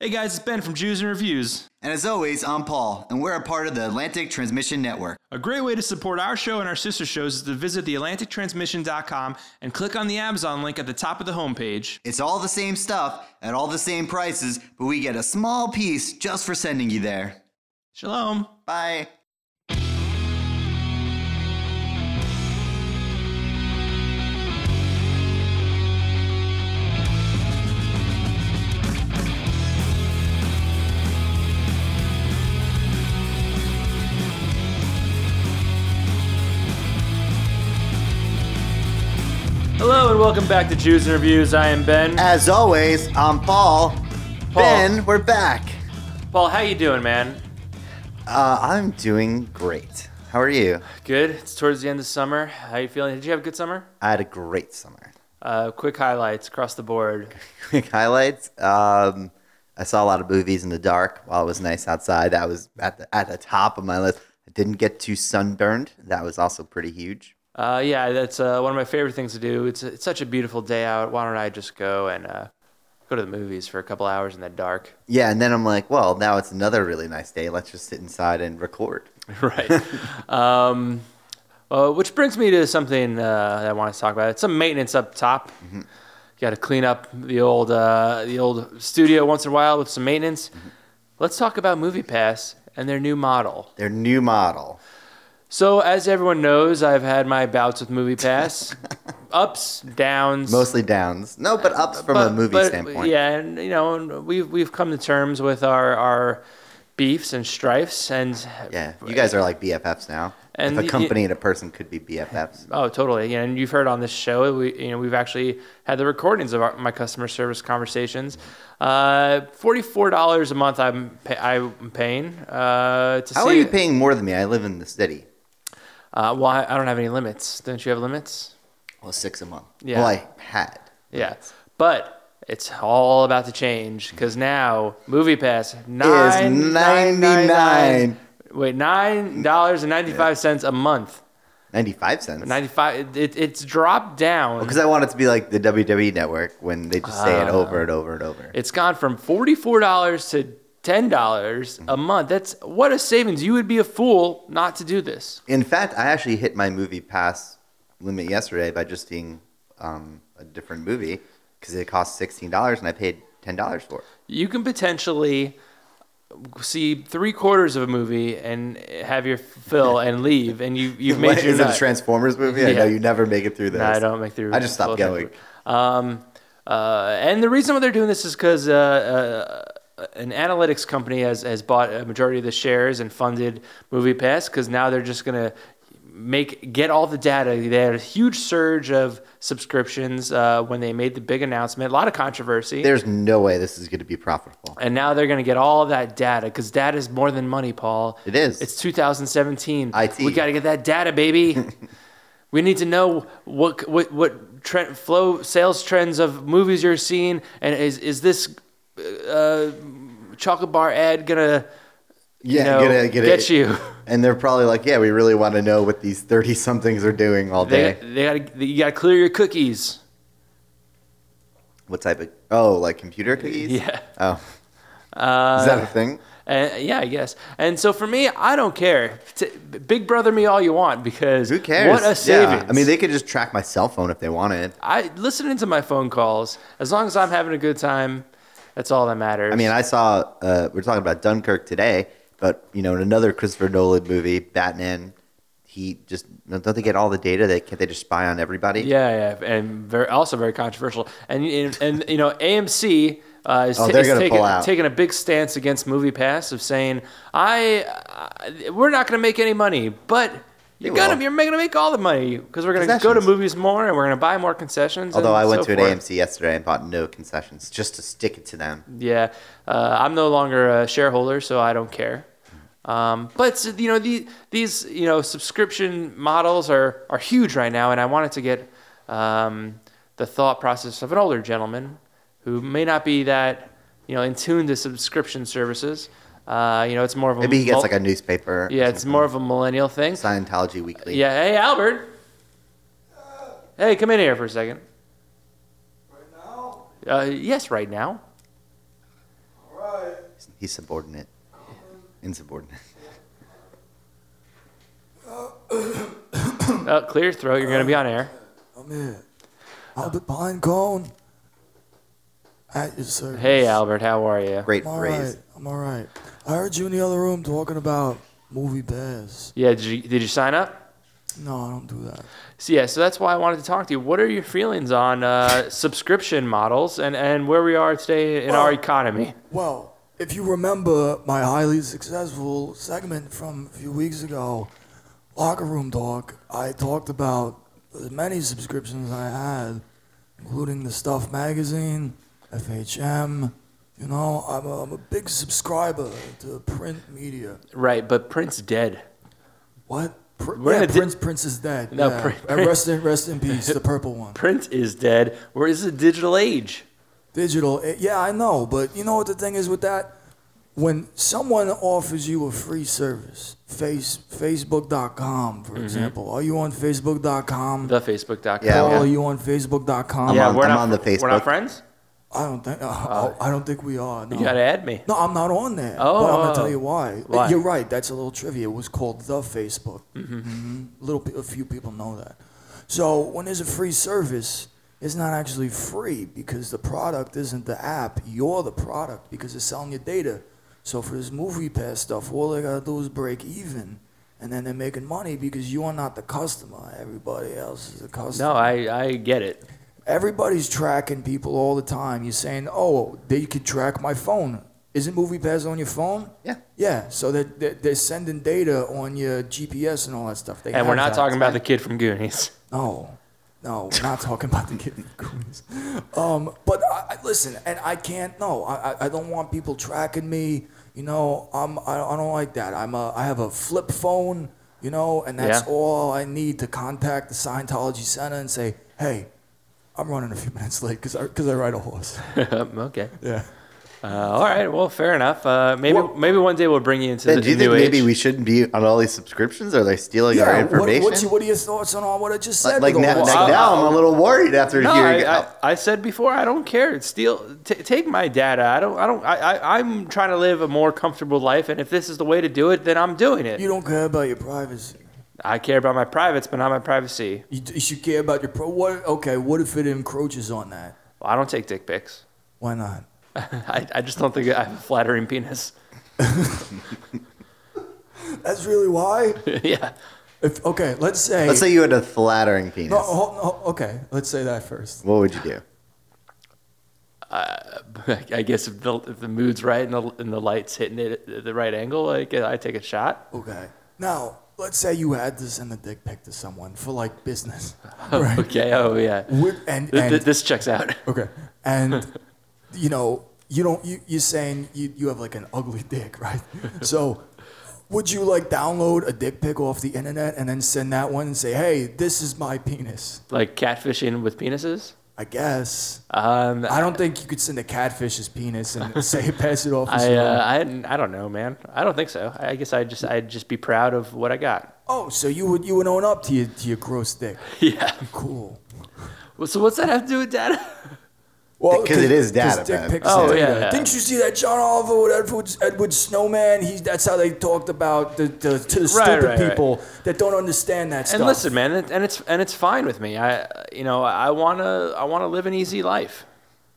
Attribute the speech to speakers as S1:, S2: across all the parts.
S1: Hey guys, it's Ben from Jews and Reviews.
S2: And as always, I'm Paul, and we're a part of the Atlantic Transmission Network.
S1: A great way to support our show and our sister shows is to visit theatlantictransmission.com and click on the Amazon link at the top of the homepage.
S2: It's all the same stuff at all the same prices, but we get a small piece just for sending you there.
S1: Shalom.
S2: Bye.
S1: Hello and welcome back to Jews and Reviews. I am Ben.
S2: As always, I'm Paul. Ben, we're back.
S1: Paul, how you doing, man?
S2: Uh, I'm doing great. How are you?
S1: Good. It's towards the end of summer. How you feeling? Did you have a good summer?
S2: I had a great summer.
S1: Uh, quick highlights across the board.
S2: Quick highlights. Um, I saw a lot of movies in the dark while it was nice outside. That was at the, at the top of my list. I didn't get too sunburned. That was also pretty huge.
S1: Uh, yeah, that's uh, one of my favorite things to do. It's, it's such a beautiful day out. Why don't I just go and uh, go to the movies for a couple hours in the dark?
S2: Yeah, and then I'm like, well, now it's another really nice day. Let's just sit inside and record.
S1: right. um, uh, which brings me to something uh, that I want to talk about. It's some maintenance up top.
S2: Mm-hmm.
S1: Got to clean up the old uh, the old studio once in a while with some maintenance.
S2: Mm-hmm.
S1: Let's talk about MoviePass and their new model.
S2: Their new model.
S1: So, as everyone knows, I've had my bouts with MoviePass, ups, downs.
S2: Mostly downs. No, but ups from a
S1: Uh, But-
S2: movie
S1: but,
S2: standpoint.
S1: Yeah, and you know, and we've we've come to terms with our our beefs and strifes and
S2: Yeah, You guys are like BFFs now.
S1: And
S2: if
S1: you-
S2: a company and a person could be BFFs.
S1: Oh, totally. Yeah, and you've heard on this show, we you know we've actually had the recordings of our, my customer service conversations. Uh, Forty four dollars a month, I'm pay, I'm paying. Uh, to
S2: How
S1: see
S2: are you
S1: it.
S2: paying more than me? I live in the city.
S1: Uh, well, I, I don't have any limits. Don't you have limits?
S2: Well, six a month.
S1: Yeah.
S2: Well, I had.
S1: Yeah, but it's all about to change because now MoviePass
S2: Is
S1: nine nine nine nine.
S2: 99.
S1: Wait, nine dollars and ninety five cents a month.
S2: 95 cents.
S1: Ninety five. It, it's dropped down.
S2: Because I want it to be like the WWE network when they just say it
S1: Ah.
S2: over and over and over.
S1: It's gone from forty-four dollars to ten dollars a month. That's what a savings. You would be a fool not to do this.
S2: In fact, I actually hit my movie pass limit yesterday by just seeing um, a different movie because it cost sixteen dollars and I paid ten dollars for it.
S1: You can potentially see three quarters of a movie and have your fill and leave, and you you've made
S2: What,
S1: your
S2: is it a
S1: nut.
S2: Transformers movie? I
S1: Yeah.
S2: know you never make it through those.
S1: No, I don't make the.
S2: I just stopped
S1: full
S2: going.
S1: transfer. Um, uh, and the reason why they're doing this is because uh, uh, an analytics company has, has bought a majority of the shares and funded MoviePass because now they're just gonna make get all the data. They had a huge surge of subscriptions uh, when they made the big announcement. A lot of controversy.
S2: There's no way this is going to be profitable.
S1: and now they're going to get all that data because data is more than money, Paul.
S2: It is.
S1: It's 2017.
S2: IT.
S1: We got to get that data, baby. we need to know what what what trend, flow sales trends of movies you're seeing, and is is this uh, chocolate bar ad gonna
S2: yeah,
S1: you know,
S2: gonna get, it.
S1: get you?
S2: And they're probably like, yeah, we really want to know what these thirty somethings are doing all
S1: They,
S2: day.
S1: they gotta you gotta clear your cookies.
S2: what type of? Oh, like computer cookies.
S1: Yeah.
S2: Oh,
S1: Uh,
S2: is that a thing?
S1: Uh, yeah, I guess. And so for me, I don't care. T- big brother me all you want because
S2: Who cares?
S1: What a savings!
S2: Yeah. I mean, they could just track my cell phone if they wanted.
S1: I listening to my phone calls. As long as I'm having a good time, that's all that matters.
S2: I mean, I saw uh, we're talking about Dunkirk today, but you know, in another Christopher Nolan movie, Batman, he just don't they get all the data? They can't they just spy on everybody?
S1: yeah, yeah, and very, also very controversial. And and, and you know, AMC uh, is,
S2: Oh,
S1: ta-
S2: they're
S1: is
S2: gonna
S1: taking,
S2: pull out.
S1: taking a big stance against MoviePass of saying, I, uh, we're not going to make any money, but. You're
S2: They
S1: gonna,
S2: will.
S1: you're going to make all the money because we're going to go to
S2: Concessions.
S1: movies more and we're going to buy more concessions.
S2: Although
S1: and
S2: I went
S1: so
S2: to an
S1: forth.
S2: AMC yesterday and bought no concessions just to stick it to them.
S1: Yeah, uh, I'm no longer a shareholder, so I don't care. Um, but you know the, these you know subscription models are are huge right now, and I wanted to get um, the thought process of an older gentleman who may not be that you know in tune to subscription services. Uh, you know, it's more of a
S2: Maybe he gets
S1: mul-
S2: like a newspaper. or
S1: yeah, it's
S2: something.
S1: more of a millennial thing.
S2: Scientology Weekly.
S1: Yeah, hey Albert. Hey, come in here for a second.
S3: Right now?
S1: Uh, yes, right now.
S3: All right.
S2: He's subordinate. Insubordinate.
S1: Oh, clear your throat. You're going to be on air.
S3: I'm here. Albert Pine Cone. At your service.
S1: Hey, Albert, how are you?
S2: Great
S3: I'm all
S2: phrase.
S3: right. I'm all right. I heard you in the other room talking about movie bears.
S1: Yeah, did you, did you sign up?
S3: No, I don't do that.
S1: So, yeah, so that's why I wanted to talk to you. What are your feelings on uh, subscription models and, and where we are today in our economy?
S3: Well, if you remember my highly successful segment from a few weeks ago, Locker Room Talk, I talked about the many subscriptions I had, including the Stuff Magazine, FHM. You know, I'm a, I'm a big subscriber to print media.
S1: Right, but Prince dead.
S3: What? Pr-
S1: We're
S3: yeah,
S1: in a di-
S3: Prince, Prince is dead.
S1: No,
S3: yeah.
S1: Prin-
S3: And rest in rest in peace, the purple one.
S1: Prince is dead. Where is the digital age?
S3: Digital, eh, yeah, I know, but you know what the thing is with that? When someone offers you a free service, face Facebook.com, for example, are you on Facebook.com?
S1: The Facebook.com.
S2: Yeah,
S3: Paul,
S2: well-
S3: are you on Facebook.com?
S1: Yeah,
S2: I'm on-
S1: we're
S2: I'm
S1: not,
S2: on the
S1: We're not
S2: Facebook.
S1: friends?
S3: I don't think
S2: Uh,
S3: I- I, I don't think we are. No.
S1: You got to add me.
S3: No, I'm not on there.
S1: Oh,
S3: but I'm gonna
S1: oh.
S3: tell you why.
S1: Why?
S3: You're right. That's a little trivia. It was called the Facebook. Mm-hmm. Little, pe- a few people know that. So when there's a free service, it's not actually free because the product isn't the app. You're the product because they're selling your data. So for this movie pass stuff, all they gotta do is break even, and then they're making money because you are not the customer. Everybody else is the customer.
S1: No, I, I get it.
S3: Everybody's tracking people all the time. You're saying, oh, they could track my phone. Isn't MoviePass on your phone?
S2: Yeah.
S3: Yeah. So they're, they're, they're sending data on your GPS and all that stuff. They
S1: And we're
S3: have
S1: not
S3: that.
S1: talking about the kid from Goonies.
S3: No, no, we're not talking about the kid in the Goonies. Um, but I, I, listen, and I can't. No, I, I- I don't want people tracking me. You know, I'm, I, I don't like that. I'm a, I have a flip phone. You know, and that's
S1: Yeah.
S3: all I need to contact the Scientology Center and say, hey, I'm running a few minutes late because I, 'cause I ride a horse.
S1: okay.
S3: Yeah.
S1: Uh, all right. Well, fair enough. Uh, maybe
S2: Well-
S1: maybe one day we'll bring you into
S2: Ben,
S1: the
S2: do you
S1: new
S2: think maybe
S1: age.
S2: we shouldn't be on all these subscriptions? Are they stealing our
S3: what,
S2: information?
S3: what's your, what are your thoughts on all what I just said?
S2: like like
S3: with all
S2: now,
S3: this?
S1: Well,
S2: like
S1: I-
S2: now I'm a little worried after
S1: no,
S2: hearing.
S1: I, I, I said before I don't care. Steal, t- take my data. I don't. I don't. I, I, I'm trying to live a more comfortable life, and if this is the way to do it, then I'm doing it.
S3: you don't care about your privacy.
S1: I care about my privates, but not my privacy.
S3: You, you should care about your pro. What? Okay, what if it encroaches on that?
S1: Well, I don't take dick pics.
S3: Why not?
S1: I, I just don't think I have a flattering penis.
S3: That's really why.
S1: yeah.
S3: If okay, let's say.
S2: let's say you had a flattering penis.
S3: no, hold- no, okay, let's say that first.
S2: What would you do?
S1: I, I guess if the, if the mood's right and the, and the light's hitting it at the right angle, like I take a shot.
S3: Okay. Now, let's say you had to send a dick pic to someone for like business, right?
S1: Okay. Oh yeah.
S3: Would- and
S1: Th- th-
S3: and
S1: this checks out.
S3: okay, and you know you don't you you're saying you you have like an ugly dick, right? So. Would you like download a dick pic off the internet and then send that one and say, "Hey, this is my penis"?
S1: Like catfishing with penises.
S3: I guess.
S1: Um,
S3: I don't think you could send a catfish's penis and say pass it off as
S1: I,
S3: your
S1: uh, I, I don't know, man. I don't think so. I guess I just, I'd just be proud of what I got.
S3: Oh, so you would you would own up to your to your gross dick?
S1: Yeah.
S3: Cool.
S1: Well, So what's that have to do with data?
S3: Well,
S2: 'Cause it is data,
S3: dick
S2: man.
S3: pics
S1: Oh,
S3: is data.
S1: yeah.
S3: Didn't you see that John Oliver with Edward, Edward Snowman? He that's how they talked about the, the to the
S1: Right,
S3: stupid
S1: right, right.
S3: people that don't understand that stuff.
S1: And listen, man, it- and it's, and it's fine with me. I, you know, I wanna, I wanna live an easy life.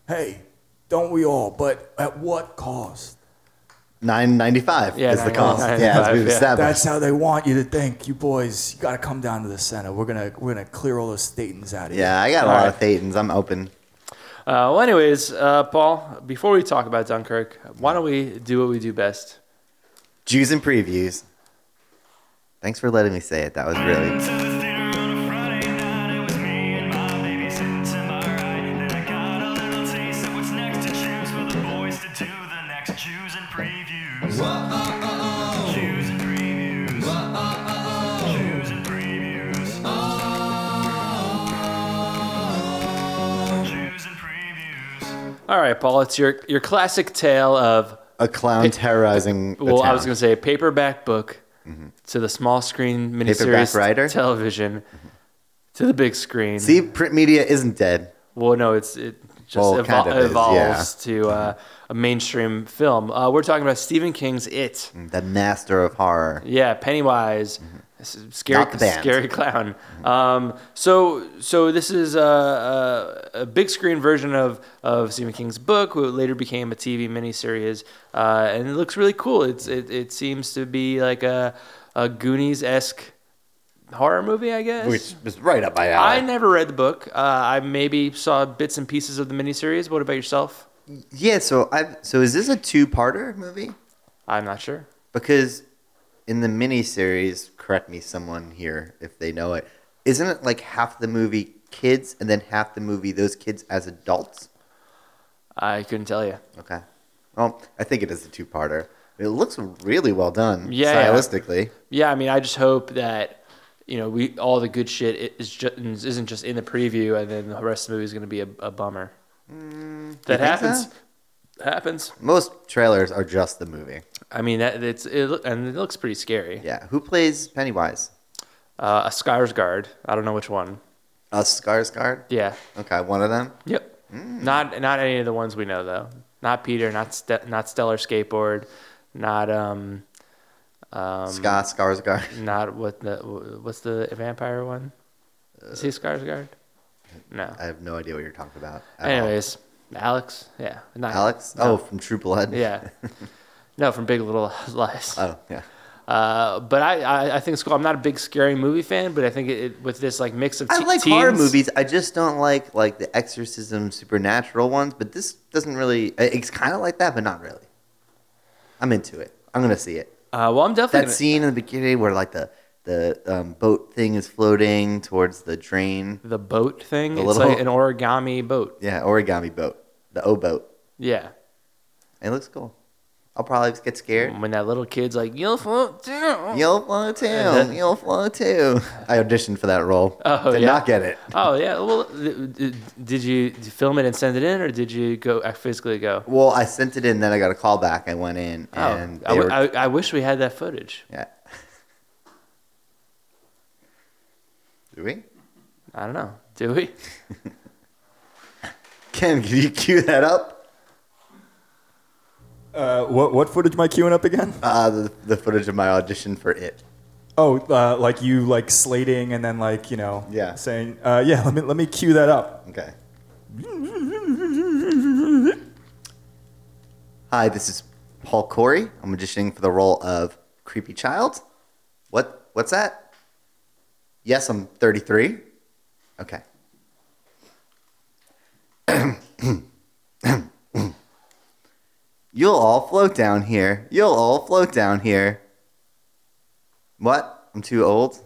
S3: hey, don't we all? But at what cost?
S2: Nine ninety five
S1: Yeah,
S2: is the
S1: 9.95,
S2: cost. Yeah, as we've
S1: yeah.
S2: established.
S3: That's how they want you to think. You boys, you got to come down to the center. We're gonna we're gonna clear all those statins out of you.
S2: Yeah, I got a
S1: All
S2: lot
S1: right.
S2: of thetans. I'm open.
S1: Uh, well, anyways, uh, Paul, before we talk about Dunkirk, why don't we do what we do best?
S2: Jews and previews. Thanks for letting me say it. That was really.
S4: To the theater on a Friday night, it was me and my baby sitting to my right. Then I got a little taste of what's next to choose for the boys to do the next Jews and previews. Jews and previews. Jews and previews. Jews and previews.
S1: All right, Paul, it's your, your classic tale of,
S2: A clown terrorizing. a
S1: well, I was
S2: town.
S1: going to say paperback book to the small screen miniseries
S2: writer?
S1: television to the big screen.
S2: See, print media isn't dead.
S1: Well, no, it's it just
S2: Well,
S1: evol-
S2: kind of is,
S1: evolves to uh, a mainstream film. Uh, we're talking about Stephen King's It.
S2: The master of horror.
S1: Yeah, Pennywise, s- scary,
S2: Mm-hmm. Not the band. Mm-hmm.
S1: scary clown. Um, so, so this is a, a, a big screen version of of Stephen King's book, who later became a TV miniseries, uh, and it looks really cool. It's it, it seems to be like a a Goonies esque horror movie, I guess.
S2: Which was right up my alley.
S1: I never read the book. Uh, I maybe saw bits and pieces of the miniseries. What about yourself?
S2: yeah, so I so is this a two-parter movie?
S1: I'm not sure.
S2: Because in the miniseries, correct me someone here if they know it, isn't it like half the movie kids and then half the movie those kids as adults?
S1: I couldn't tell you.
S2: Okay. Well, I think it is a two-parter. It looks really well done,
S1: Yeah, yeah.
S2: stylistically.
S1: Yeah, I mean, I just hope that you know we all the good shit is ju- isn't just in the preview, and then the rest of the movie is going to be a, a bummer. that
S2: Mm, you think
S1: happens. Happens.
S2: Most trailers are just the movie.
S1: I mean, that it's it, loo- and it looks pretty scary.
S2: Yeah. Who plays Pennywise?
S1: Uh, a Skarsgård. I don't know which one.
S2: A Skarsgård.
S1: Yeah.
S2: Okay, one of them.
S1: Yep.
S2: Mm.
S1: Not not any of the ones we know though. Not Peter. Not Ste- not Stellar Skateboard. Not um. Um,
S2: Scott Skarsgård.
S1: Not what the what's the vampire one? Is he Skarsgård? No.
S2: I have no idea what you're talking about. at all.
S1: Anyways, Alex. Yeah. Not
S2: Alex?
S1: no.
S2: Oh, from True Blood.
S1: Yeah. no, from Big Little Lies.
S2: Oh, yeah.
S1: Uh, but I, I, I think it's cool. I'm not a big scary movie fan, but I think it, it with this like mix of
S2: I
S1: te-
S2: like horror
S1: teens-
S2: movies. I just don't like like the exorcism supernatural ones, but this doesn't really it- it's kind of like that but not really. I'm into it. I'm going to see it.
S1: Uh, well, I'm definitely.
S2: That
S1: gonna-
S2: scene in the beginning where like the the um, boat thing is floating towards the drain.
S1: the boat thing.
S2: The
S1: it's
S2: little-
S1: like an origami boat.
S2: Yeah, origami boat. The O boat.
S1: Yeah.
S2: It looks cool. I'll probably get scared.
S1: When that little kid's like, "You'll float down."
S2: You'll flow too.
S1: then-
S2: You'll flow too. I auditioned for that role.
S1: Oh,
S2: Did
S1: yeah?
S2: not get it.
S1: Oh yeah. Well, th- th- did you film it and send it in, or did you go uh, physically go?
S2: Well, I sent it in, then I got a call back. I went in
S1: Oh,
S2: and
S1: I,
S2: they were-
S1: w- I- I wish we had that footage.
S2: yeah. Do we?
S1: I don't know. Do we?
S2: Ken, can you cue that up?
S5: Uh, what what footage am I queuing up again?
S2: Uh, the, the footage of my audition for it.
S5: Oh, uh, like you like slating and then like you know
S2: Yeah.
S5: saying uh, yeah. Let me let me cue that up.
S2: Okay. Hi, this is Paul Corey. I'm auditioning for the role of creepy child. What? What's that? Yes, I'm 33. Okay. You'll all float down here. You'll all float down here. What? I'm too old.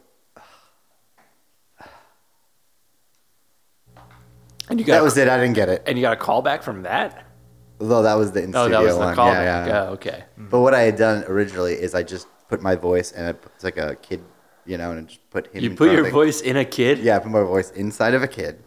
S1: And you got
S2: That was it. I didn't get it.
S1: and you got a call back from that.
S2: Although that was the in
S1: Oh, that was the
S2: one.
S1: callback.
S2: yeah, yeah.
S1: Oh, okay.
S2: But what I had done originally is I just put my voice and it- it's like a kid, you know, and I just put him.
S1: You
S2: in
S1: put
S2: front of
S1: your
S2: the-
S1: voice in a kid.
S2: Yeah, I put my voice inside of a kid,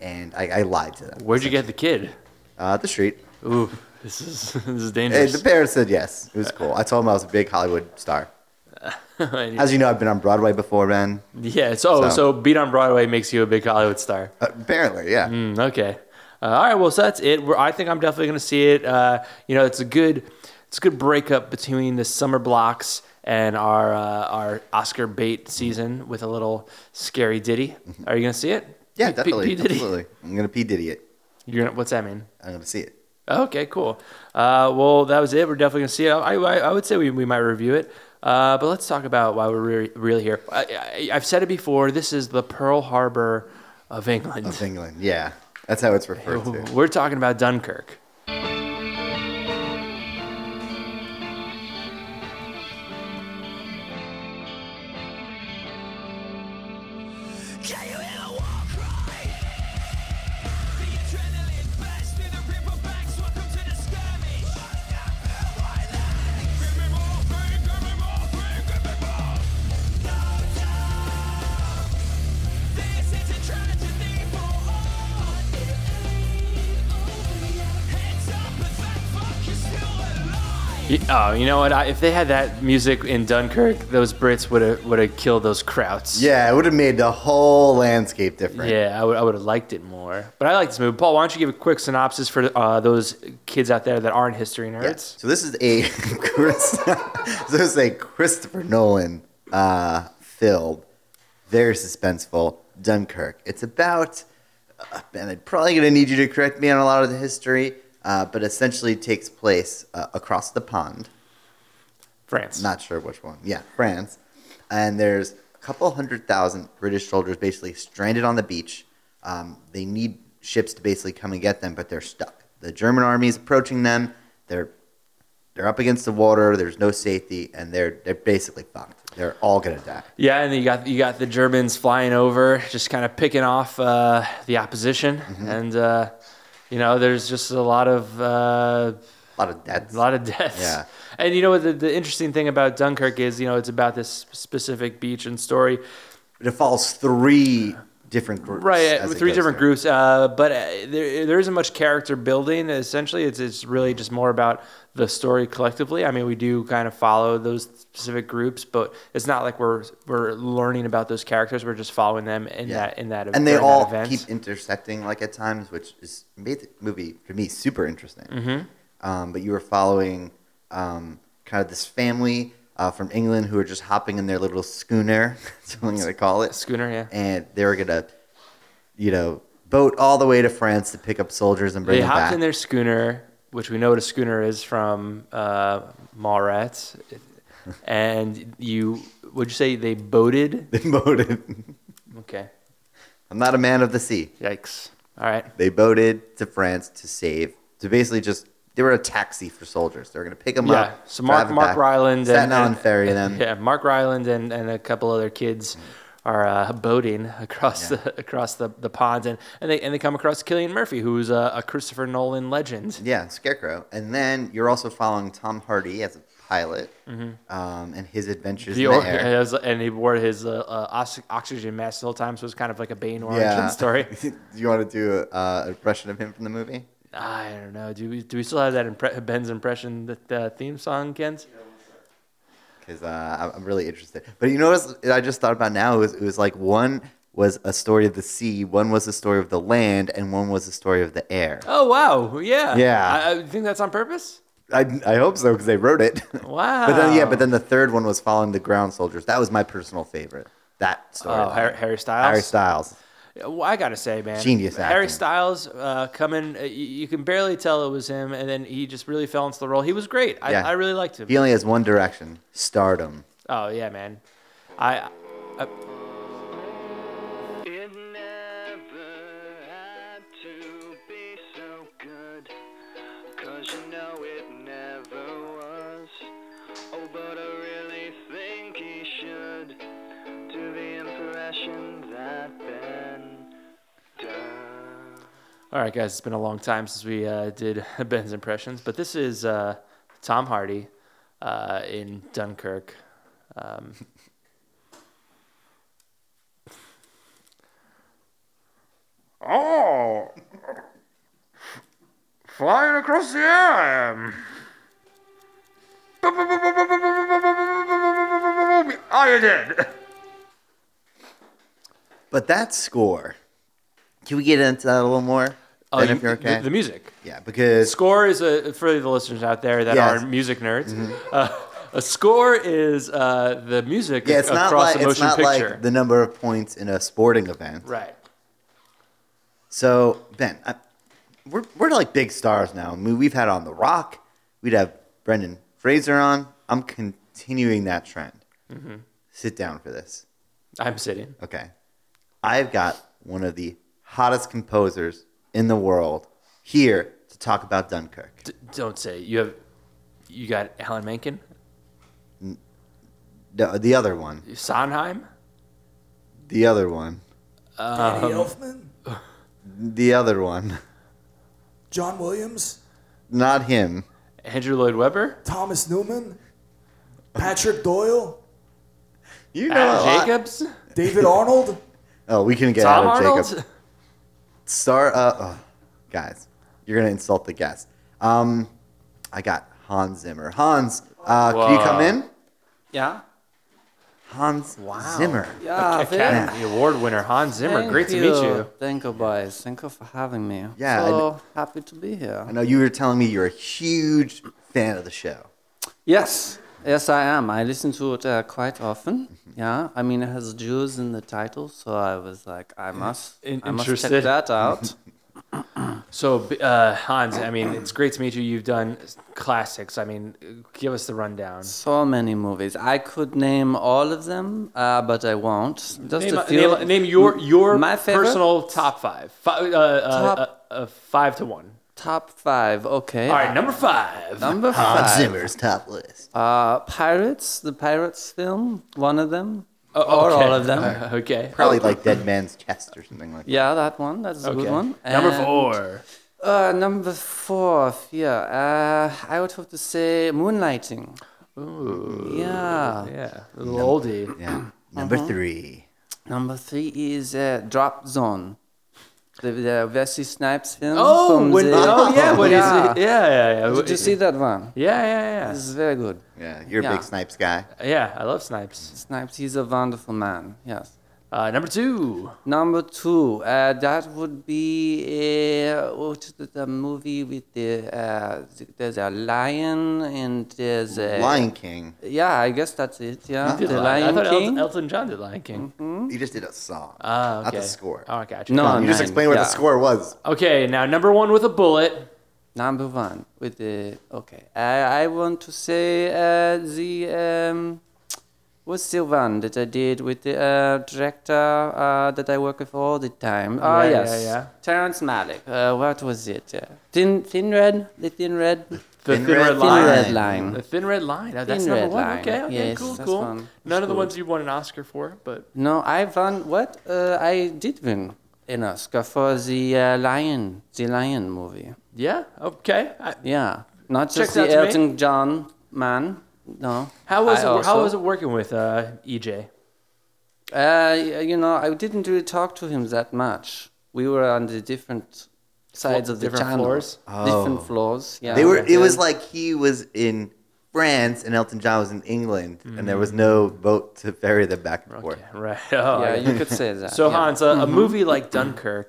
S2: and I, I lied to them.
S1: Where'd you get the kid?
S2: Uh, the street.
S1: Ooh, this is this is
S2: And the
S1: dangerous.
S2: parents said yes. It was cool. I told them I was a big Hollywood star.
S1: And you-
S2: As you know, I've been on Broadway before, man.
S1: yeah. So, oh,
S2: So.
S1: so beat on Broadway makes you a big Hollywood star.
S2: Apparently, yeah.
S1: Mm, okay. Uh, all right. Well, so that's it. We're, I think I'm definitely going to see it. Uh, you know, it's a good, it's a good breakup between the summer blocks and our uh, our Oscar bait season with a little scary ditty. Are you going to see it?
S2: Mm-hmm. Yeah,
S1: P- P-
S2: definitely.
S1: P. Diddy?
S2: Absolutely. I'm going to P. Diddy it.
S1: You're gonna, what's that mean?
S2: I'm going to see it.
S1: Okay, cool. Uh, well, that was it. We're definitely gonna see it. I, I, I would say we, we might review it, uh, but let's talk about why we're really, really here. I, I, I've said it before. This is the Pearl Harbor of England.
S2: Of England. Yeah. That's how it's referred to.
S1: We're talking about Dunkirk.
S6: Can you hear the war cry? The adrenaline bursts through the riverbacks. Welcome to the skirmish. Give me more pain, give me more pain, give me more. No time. This is a tragedy for all. Heads up and thank fuck you're still alive.
S1: Y- Oh, you know what? I, if they had that music in Dunkirk, those Brits would have would have killed those Krauts.
S2: Yeah, it would have made the whole landscape different.
S1: Yeah, I would, I would have liked it more. But I like this movie. Paul, why don't you give a quick synopsis for uh, those kids out there that aren't history
S2: Yeah.
S1: nerds?
S2: So this is a Chris, so this is a Christopher Nolan uh, film. Very suspenseful. Dunkirk. It's about, uh, and I'm probably going to need you to correct me on a lot of the history, uh, but essentially takes place uh, across the pond.
S1: France.
S2: Not sure which one. Yeah, France. And there's a couple hundred thousand British soldiers basically stranded on the beach. Um, they need ships to basically come and get them, but they're stuck. The German army is approaching them. They're they're up against the water. There's no safety, and they're they're basically fucked. They're all gonna die.
S1: Yeah, and then you got you got the Germans flying over, just kind of picking off uh, the opposition, and uh, you know there's just a lot of uh,
S2: A lot of deaths.
S1: a lot of deaths.
S2: Yeah.
S1: And you know what the, the interesting thing about Dunkirk is, you know, it's about this specific beach and story.
S2: But it falls three different groups.
S1: right
S2: as
S1: with
S2: it
S1: three
S2: goes
S1: different
S2: through.
S1: groups uh, but uh, there, there isn't much character building essentially it's, it's really just more about the story collectively i mean we do kind of follow those specific groups but it's not like we're we're learning about those characters we're just following them in
S2: Yeah.
S1: that in that
S2: and they
S1: during that
S2: all
S1: event.
S2: keep intersecting like at times, which is made the movie for me super interesting.
S1: Mm-hmm.
S2: Um, but you were following um, kind of this family uh, from England who are just hopping in their little schooner, that's what I'm gonna call it,
S1: schooner yeah
S2: and they were gonna, you know, boat all the way to France to pick up soldiers and bring
S1: they
S2: them
S1: hopped
S2: back.
S1: in their schooner which we know what a schooner is from uh Mallrats. and you would you say they boated
S2: they boated.
S1: okay
S2: I'm not a man of the sea.
S1: yikes all right
S2: They boated to France to save, to basically just. They were a taxi for soldiers. They were going to pick them
S1: Yeah.
S2: up.
S1: So Mark-
S2: drive 'em
S1: Mark
S2: back,
S1: Ryland
S2: Staten
S1: and-
S2: Island
S1: and-
S2: ferry them.
S1: Yeah, Mark Ryland and, and a couple other kids
S2: Mm-hmm.
S1: are uh, boating across the across the, the pond, and, and they and they come across Killian Murphy, who's a, a Christopher Nolan legend.
S2: Yeah, Scarecrow. And then you're also following Tom Hardy as a pilot um, and his adventures in
S1: Mm-hmm. The or-
S2: the air.
S1: and, it was- and he wore his uh, uh, ox- oxygen mask the whole time, so it's kind of like a Bane origin
S2: Yeah.
S1: story.
S2: do you want to do uh, an impression of him from the movie?
S1: I don't know. Do we do we still have that impre- Ben's impression that the theme song, Kent?
S2: Because uh, I'm- I'm really interested. But you know what I just thought about now? It was, it was like one was a story of the sea, one was a story of the land, and one was a story of the air.
S1: Oh wow, yeah,
S2: Yeah.
S1: I, I think that's on purpose.
S2: I, I hope so because they wrote it.
S1: Wow.
S2: but then, yeah, but then the third one was following the ground soldiers. That was my personal favorite. That story.
S1: Oh, Harry, Harry Styles.
S2: Harry Styles.
S1: Well, I gotta say, man,
S2: Genius
S1: Harry
S2: acting.
S1: Styles uh, coming. Uh, you, you can barely tell it was him, and then he just really fell into the role. He was great. I,
S2: Yeah.
S1: I really liked him.
S2: He only has one direction: stardom.
S1: oh yeah, man. I
S4: It never had to be so good. Cause you know it never was. Oh, but I really think he should. Do the impression that Ben does.
S1: all right, guys. It's been a long time since we uh, did Ben's impressions, but this is uh, Tom Hardy uh, in Dunkirk. Um,
S7: Oh, flying across the air I am. Oh, you did.
S2: But that score, can we get into that a little more?
S1: oh,
S2: Ben,
S1: you-
S2: if you're okay.
S1: the, the music.
S2: yeah, because
S1: score is a for the listeners out there that
S2: Yes. Mm-hmm.
S1: are music nerds. Uh, a score is uh, the music
S2: yeah, it's
S1: across
S2: not like
S1: a motion
S2: it's not
S1: picture.
S2: like the number of points in a sporting event.
S1: right.
S2: So Ben, I, we're we're like big stars now. I mean, we've had on The Rock. We'd have Brendan Fraser on. I'm continuing that trend.
S1: Mm-hmm.
S2: Sit down for this.
S1: I'm sitting.
S2: Okay. I've got one of the hottest composers in the world here to talk about Dunkirk.
S1: D- don't say you have. You got Alan Menken,
S2: No, the other one.
S1: Sondheim.
S2: The other one.
S3: Danny
S5: Um,
S3: Elfman,
S2: The other one.
S3: John Williams,
S2: Not him.
S1: Andrew Lloyd Webber,
S3: Thomas Newman,
S5: Uh-huh.
S3: Patrick Doyle,
S2: You a
S1: Adam
S2: lot.
S1: Jacobs,
S3: David Arnold.
S2: Oh, we can get
S1: Tom
S2: out of
S1: Arnold.
S2: Jacob. Star. Uh, oh, guys, you're gonna insult the guest. Um, I got Hans Zimmer. Hans, uh, can you come
S1: Wow.
S2: in?
S8: Yeah.
S2: Hans Zimmer.
S8: Yeah. thank-
S1: Academy Award winner Hans Zimmer.
S8: thank
S1: Great to meet you.
S8: Thank you, guys. Thank you for having me.
S2: Yeah, I-
S8: So happy to be here.
S2: I know you were telling me you're a huge fan of the show.
S8: Yes, yes, I am. I listen to it uh, quite often.
S1: Mm-hmm.
S8: Yeah, I mean, it has Jews in the title, so I was like, I must,
S1: In-
S8: I must check
S1: interested. Mm-hmm.
S8: that out.
S1: So uh, Hans, I mean, it's great to meet you. You've done classics. I mean, give us the rundown.
S8: so many movies. I could name all of them, uh, but I won't. Just
S1: Name,
S8: a few.
S1: name, name your your
S8: My favorite?
S1: personal top five. Five, uh, uh,
S8: Top-
S1: uh, uh, five to one.
S8: top five. Okay.
S1: All right, number five.
S8: Number
S2: Hans
S8: five.
S2: Zimmer's top list.
S8: Uh, Pirates, the Pirates film, one of them,
S1: Oh,
S8: or
S1: okay.
S8: all of them.
S1: Okay.
S2: Probably like Dead Man's Chest or something like that.
S8: Yeah, that one. That's a
S1: Okay.
S8: good one.
S1: Number
S8: And-
S1: four.
S8: Uh, number four, yeah. Uh, I would have to say moonlighting. Ooh. Yeah.
S1: Yeah, a little oldie.
S2: Yeah. Number
S8: Mm-hmm.
S2: three.
S8: Number three is uh, Drop Zone, the, the Wesley Snipes film.
S1: Oh,
S8: from
S1: when,
S8: the-
S1: oh yeah, when
S8: yeah.
S1: he's yeah, yeah, yeah.
S8: Did you see that one?
S1: Yeah, yeah,
S8: This is very good.
S2: Yeah, you're a
S8: Yeah.
S2: big Snipes guy.
S1: yeah. Yeah, I love Snipes.
S8: Snipes, he's a wonderful man. Yes.
S1: Uh, number two.
S8: Number two, uh, that would be uh, what is the movie with the uh, there's a lion and there's a
S2: Lion King.
S8: Yeah, I guess that's it. Yeah,
S1: Did
S8: the
S1: Lion- I
S8: Lion
S1: thought
S8: King. Mm-hmm.
S1: Elton, Elton John did Lion King.
S2: You just did a song,
S1: Ah,
S2: not the
S1: okay.
S2: score.
S1: Oh, I gotcha.
S8: No,
S2: you just
S8: nine,
S2: explained what
S8: yeah.
S2: the score was.
S1: Okay, now number one with a bullet.
S8: Number one with the okay. I I want to say uh, the um, what's the one that I did with the uh, director uh, that I work with all the time? Oh
S1: Yeah, yeah,
S8: yes,
S1: yeah.
S8: Terrence Malick. Uh, what was it? Uh, thin Thin Red, the Thin Red,
S1: The
S2: Thin
S1: thin,
S2: Red
S1: red,
S8: Thin
S1: line.
S8: Red Line.
S1: The thin red line. Oh, that's
S8: Mm-hmm. Thin
S1: number
S8: Red
S1: one.
S8: Line.
S1: Okay, okay,
S8: Yes,
S1: cool,
S8: that's
S1: cool.
S8: one.
S1: None
S8: That's
S1: of the
S8: good.
S1: ones you won an Oscar for, but
S8: No, I won. What? Uh, I did win an Oscar for the uh, Lion, the Lion movie.
S1: yeah, okay. I,
S8: Yeah, not just
S1: Checks out
S8: the
S1: to me.
S8: Elton John man. No.
S1: how was
S8: I
S1: it, how
S8: also-
S1: was it working with uh, EJ?
S8: Uh, y- you know, I didn't really talk to him that much. We were on the different sides of the
S1: different
S8: channel.
S1: floors?
S8: Different floors. Yeah.
S2: Oh. They were. It was like he was in France and Elton John was in England, and there was no boat to ferry them back and forth.
S1: Mm. Okay, right. Oh,
S8: Yeah,
S1: yeah.
S8: you could say that.
S1: So
S8: yeah. Mm-hmm.
S1: Hans, a, a movie like Dunkirk,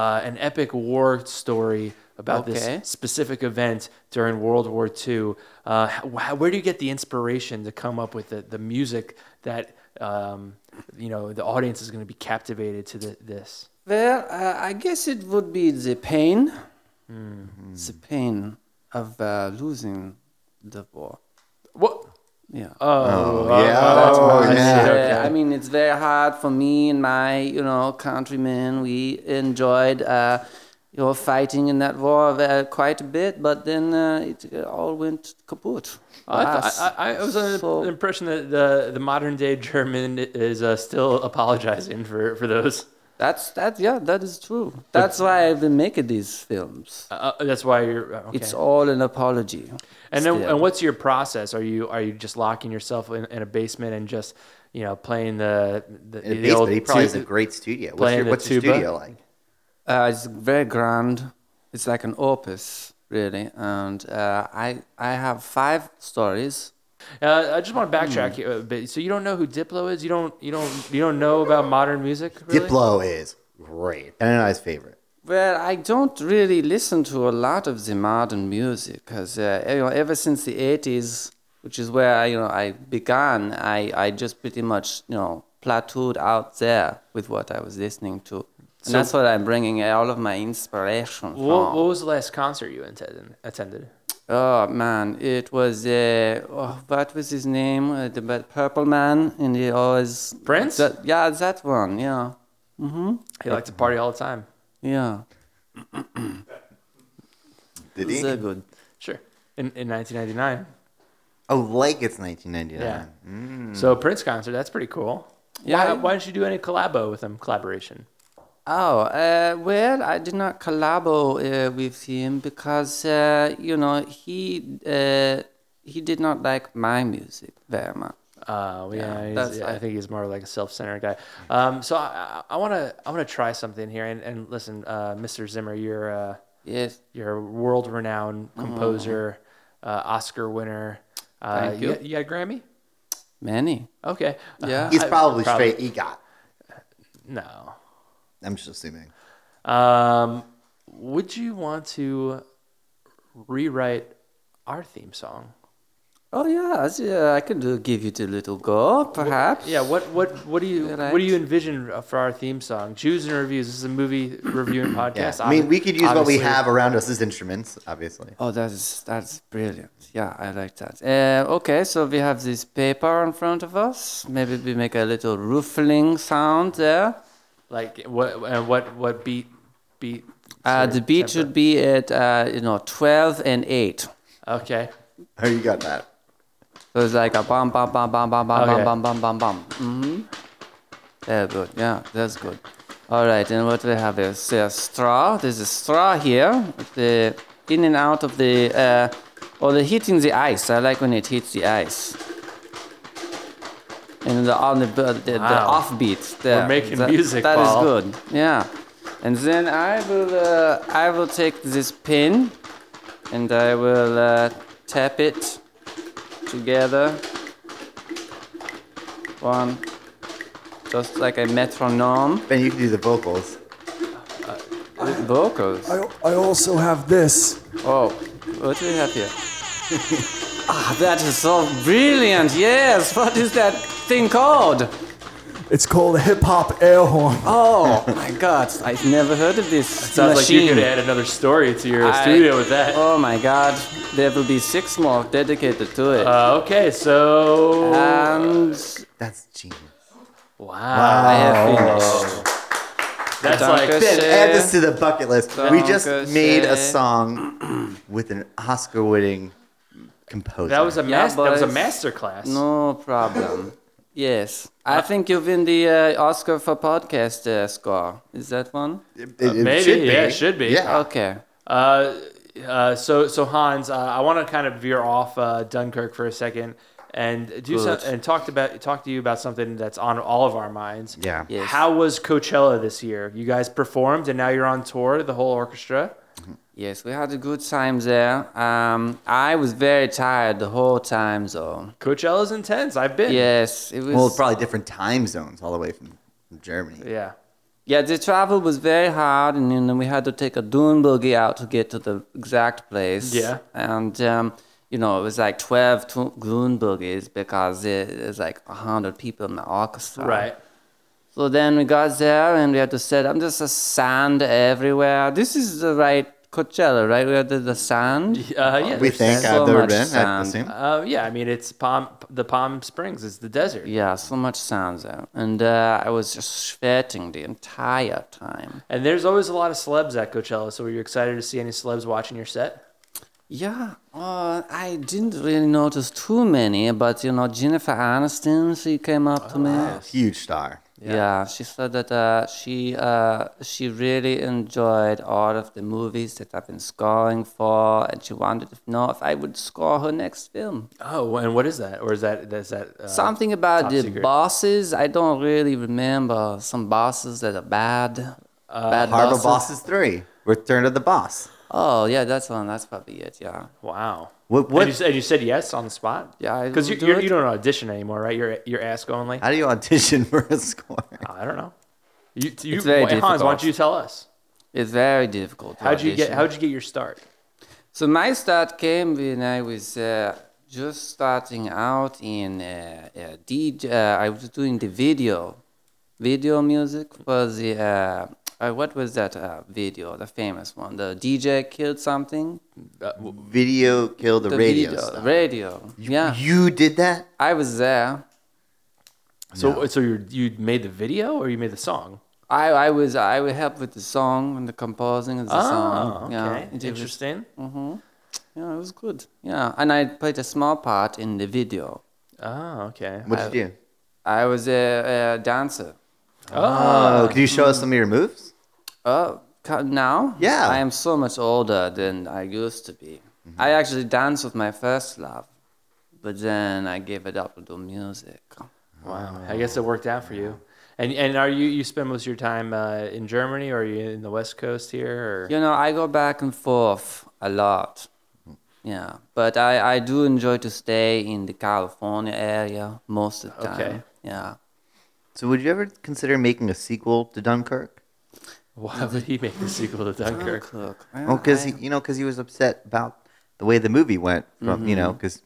S1: uh, an epic war story about
S8: Okay.
S1: this specific event during World War II. Uh, how, where do you get the inspiration to come up with the, the music that um, you know the audience is going to be captivated to the, this?
S8: Well, uh, I guess it would be the pain,
S1: Mm-hmm.
S8: the pain of uh, losing the war.
S1: What?
S8: Yeah.
S1: Oh,
S2: yeah. Oh, yeah.
S8: Uh, I mean, it's very hard for me and my, you know, countrymen. We enjoyed, uh, you know, fighting in that war uh, quite a bit, but then uh, it uh, all went kaput. for
S1: I, th-
S8: us.
S1: I, I- I was uh, under
S8: So-
S1: the impression that the, the modern day German is uh, still apologizing for, for those.
S8: that's that. Yeah, that is true. That's why I've been making these films.
S1: Uh, that's why you're. Okay.
S8: It's all an apology.
S1: And then,
S8: still.
S1: and what's your process? Are you are you just locking yourself in, in a basement and just you know playing the the,
S2: In a
S1: the
S2: basement,
S1: old
S2: he probably has
S1: tu-
S2: a great studio. What's
S1: playing
S2: your,
S1: the
S2: what's your
S1: tuba.
S2: studio like?
S8: Uh, it's very grand. It's like an opus, really. And uh, I I have five stories.
S1: Uh, I just want to
S2: Hmm.
S1: backtrack here a bit. So you don't know who Diplo is? You don't you don't you don't know about modern music? Really?
S2: Diplo is great. Ben and I's favorite.
S8: Well, I don't really listen to a lot of the modern music because uh, you know, ever since the '80s, which is where I, you know I began, I, I just pretty much you know plateaued out there with what I was listening to, and that's what I'm bringing all of my inspiration
S2: Oh.
S8: from.
S1: What, what was the last concert you attended? Attended?
S8: Oh man, it was uh, oh, what was his name? Uh, the but purple man, and he always
S1: Prince?
S8: That, yeah, that one. Yeah,
S1: He liked to party all the time.
S8: yeah.
S2: Did
S8: It's uh, good.
S1: Sure. In in 1999.
S2: Oh, like it's 1999.
S1: Yeah.
S2: Hmm.
S1: So Prince concert. That's pretty cool.
S8: Yeah.
S1: Why, why didn't you do any collabo with him? Collaboration.
S8: Oh, uh, well, I did not collabo uh, with him because, uh, you know, he uh, he did not like my music very much.
S1: Uh, well, yeah, he's-
S8: that's-
S1: yeah, I think he's more like a self-centered guy. Um, so I I want to I want to try something here and and listen, uh, Mr. Zimmer, you're uh,
S8: Yes.
S1: you're a world-renowned composer. uh, Oscar winner. Uh, You
S8: Thank you.
S1: got, you got a Grammy?
S8: Many.
S1: Okay.
S8: Yeah.
S2: He's
S1: I-
S2: probably,
S1: probably.
S2: straight EGOT.
S1: No.
S2: I'm just assuming.
S1: Um, would you want to rewrite our theme song?
S8: Oh yeah, I see, uh, I can do, give it a little go, perhaps.
S1: Yeah. What what what do you what do you envision uh, for our theme song? Jews and reviews. This is a movie review and podcast.
S2: Yeah. I mean, we could use what we have around us as instruments, obviously.
S8: Oh, that's that's brilliant. Yeah, I like that. Uh, okay, so we have this paper in front of us. Maybe we make a little ruffling sound there.
S1: Like what and what what beat beat.
S8: Uh,
S1: sort
S8: the
S1: of
S8: beat
S1: tempo?
S8: should be at uh, you know twelve and eight.
S1: Okay.
S2: Oh, you got that.
S8: So it's like a bum bum bum bum bum bum
S1: Okay.
S8: bum bum bum bum. Mm-hmm. There, good. Yeah, that's good. All right, and what we have is uh, straw. There's a straw here. The in and out of the uh, or the hitting the ice. I like when it hits the ice. And the on the the, the, the
S1: Wow.
S8: offbeat. There.
S1: making
S8: That-
S1: music,
S8: That is
S1: Paul.
S8: good. Yeah. And then I will uh, I will take this pin, and I will uh, tap it together. One, just like a metronome.
S2: Ben, you can do the vocals.
S8: Vocals.
S3: I, I also have this.
S8: Oh, what do we have here? ah, that is so brilliant. Yes. What is that thing called?
S3: It's called a hip hop air horn.
S8: Oh my God! I've never heard of this
S1: Sounds
S8: machine.
S1: like you could add another story to your
S8: I-
S1: studio with that.
S8: Oh my God! There will be six more dedicated to it.
S1: Uh, okay, so
S8: Uh, and
S2: That's genius.
S1: wow,
S8: I
S2: Oh.
S8: have finished.
S1: that's
S8: Duncan
S1: like
S2: Ben,
S8: Share.
S2: add this to the bucket list. we just
S8: Don't go
S2: made a
S8: share.
S2: song with an Oscar-winning composer.
S1: that was a
S8: Yeah,
S1: mas- that was a
S8: boys.
S1: master class.
S8: No problem. yes. I think you win the uh, Oscar for podcast uh, score. Is that one?
S2: It- it
S1: Maybe,
S2: should be.
S1: yeah, it should be. Oh,
S2: Yeah.
S8: Okay.
S1: Uh, uh, so so Hans, uh, I want to kind of veer off uh, Dunkirk for a second and do some,
S8: Good.
S1: and talk about talk to you about something that's on all of our minds.
S2: Yeah.
S8: Yes.
S1: How was Coachella this year? You guys performed, and now you're on tour. The whole orchestra.
S8: Yes, we had a good time there. Um, I was very tired the whole time, though.
S1: Coachella's intense. I've been.
S8: Yes, it was.
S2: Well, probably different time zones all the way from, from Germany.
S1: Yeah.
S8: yeah, the travel was very hard, and then we had to take a dune buggy out to get to the exact place.
S1: Yeah.
S8: and um, you know it was like twelve tu- dune buggies because it is like hundred people in the orchestra.
S1: Right.
S8: So then we got there and we had to set up. There's a sand everywhere. This is the right Coachella, right? We had the, the sand.
S1: Uh, yeah.
S2: We
S1: there's-
S2: think
S8: so
S2: I've never
S8: much
S2: been. I
S8: sound.
S2: assume.
S1: Uh, yeah. I mean, it's Palm. The Palm Springs is the desert.
S8: Yeah, so much sound there. And uh, I was just sweating the entire time.
S1: And there's always a lot of celebs at Coachella, so were you excited to see any celebs watching your set?
S8: Yeah, uh, I didn't really notice too many, but you know, Jennifer Aniston, she came up
S1: Oh,
S8: to me.
S2: Huge star.
S8: Yeah. she said that uh, she uh, she really enjoyed all of the movies that I've been scoring for, and she wanted to know if I would score her next film.
S1: Oh, and what is that? Or is that is that uh,
S8: Something about
S1: top
S8: the
S1: secret.
S8: bosses. I don't really remember some bosses that are bad.
S1: Uh,
S8: bad
S2: Harbor Bosses Three. Return of the Boss.
S8: Oh yeah, that's one. That's probably it. Yeah.
S1: Wow.
S2: What?
S1: And, you,
S2: What?
S1: s- and you said yes on the spot.
S8: Yeah, I
S1: because you
S8: will do
S1: you're,
S8: it.
S1: you don't audition anymore, right? You're you're ask only. I,
S2: How do you audition for a score?
S1: don't know. You, you
S8: It's very
S1: why- Hans, why don't
S8: difficult.
S1: you tell us?
S8: It's very difficult. to
S1: How'd you get
S8: audition.
S1: How'd you get your start?
S8: So my start came when I was uh, just starting out in uh, uh, DJ. Uh, I was doing the video, video music for the uh, uh, what was that uh, video? The famous one. The DJ killed something.
S2: Video killed the,
S8: The
S2: radio.
S8: video,
S2: star.
S8: radio. yeah,
S2: You did that.
S8: I was there.
S1: So so you you made the video or you made the song?
S8: I, I was I would help with the song and the composing of the
S2: Ah,
S1: Oh,
S8: song.
S1: okay,
S8: Yeah, it was, mm-hmm.
S1: interesting.
S8: yeah, it was good. Yeah, and I played a small part in the video.
S1: Oh, okay.
S2: What'd you do?
S8: I was a, a dancer.
S2: Oh, could you show us some of your moves?
S8: Oh, ca- now?
S2: Yeah.
S8: I am so much older than I used to be. I actually danced with my first love, but then I gave it up to do music.
S1: Wow. I guess it worked out for you. And and are you you spend most of your time uh, in Germany or are you in the West Coast here? Or?
S8: You know, I go back and forth a lot. Yeah, but I, I do enjoy to stay in the California area most of the time.
S1: Okay.
S8: Yeah.
S2: So would you ever consider making a sequel to Dunkirk?
S1: Why would he make the sequel to Dunkirk?
S8: Cook.
S2: Well, because he, you know, because he was upset about the way the movie went. From you know, because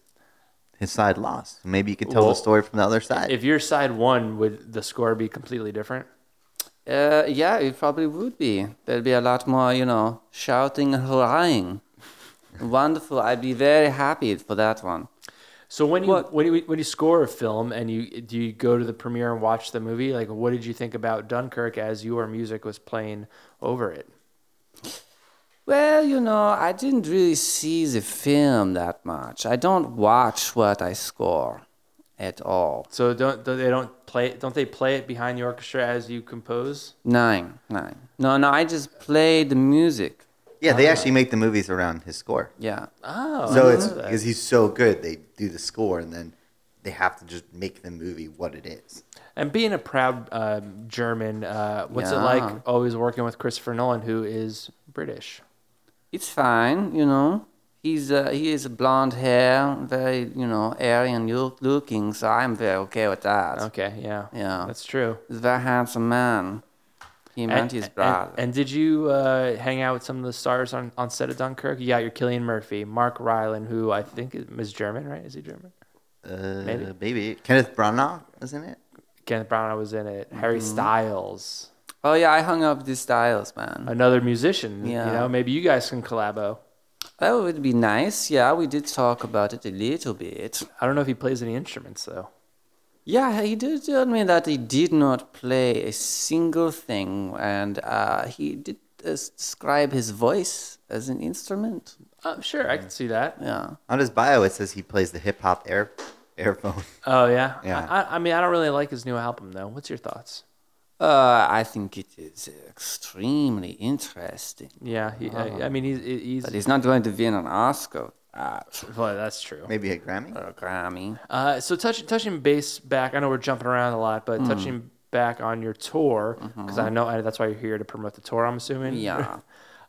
S2: his side lost. Maybe you could tell
S1: Well,
S2: the story from the other side.
S1: If your side won, would the score be completely different?
S8: Uh, yeah, it probably would be. There'd be a lot more, you know, shouting and hurrahing. Wonderful. I'd be very happy for that one.
S1: So when you
S8: What-
S1: when you when you score a film and you do you go to the premiere and watch the movie, like what did you think about Dunkirk as your music was playing over it?
S8: Well, you know, I didn't really see the film that much. I don't watch what I score at all.
S1: So don't don't- they don't play it- don't they play it behind the orchestra as you compose?
S8: Nine, nine. No, no, I just play the music.
S2: yeah, they actually make the movies around his score.
S8: Yeah.
S1: Oh,
S2: so
S1: I didn't
S2: it's
S1: know that.
S2: because he's so good, they do the score and then they have to just make the movie what it is.
S1: and being a proud um, German, uh, what's it
S8: Yeah.
S1: like always working with Christopher Nolan, who is British?
S8: it's fine, you know. He's uh, he is blonde hair, very you know Aryan look- looking, so I'm very okay with that.
S1: Okay, yeah,
S8: Yeah.
S1: that's true.
S8: He's a very handsome man. He meant his brother.
S1: and did you uh, hang out with some of the stars on, on set of Dunkirk? You got your Killian Murphy, Mark Ryland, who I think is, is German, right? Is he German?
S2: Uh,
S1: Maybe.
S2: maybe. Kenneth Branagh, isn't it?
S1: Kenneth Branagh was in it. Harry Styles,
S8: oh yeah, I hung up the styles, man.
S1: another musician. You
S8: Yeah.
S1: know, maybe you guys can collabo.
S8: that Oh, would be nice. Yeah, we did talk about it a little bit.
S1: I don't know if he plays any instruments though.
S8: Yeah, he did tell me that he did not play a single thing, and uh, he did uh, s- describe his voice as an instrument.
S1: Uh, sure, I can see that.
S8: Yeah.
S2: On his bio, it says he plays the hip hop air airphone.
S1: Oh yeah.
S2: Yeah.
S1: I, I mean, I don't really like his new album though. What's your thoughts?
S8: Uh, I think it is extremely interesting,
S1: Yeah. He, I, I mean, he's he's.
S8: but he's not going to win an Oscar uh,
S1: well, that's true.
S2: Maybe a Grammy.
S8: or a Grammy.
S1: Uh, so touch, touching base back. I know we're jumping around a lot, but touching back on your tour because I know I, that's why you're here to promote the tour. I'm assuming.
S8: Yeah.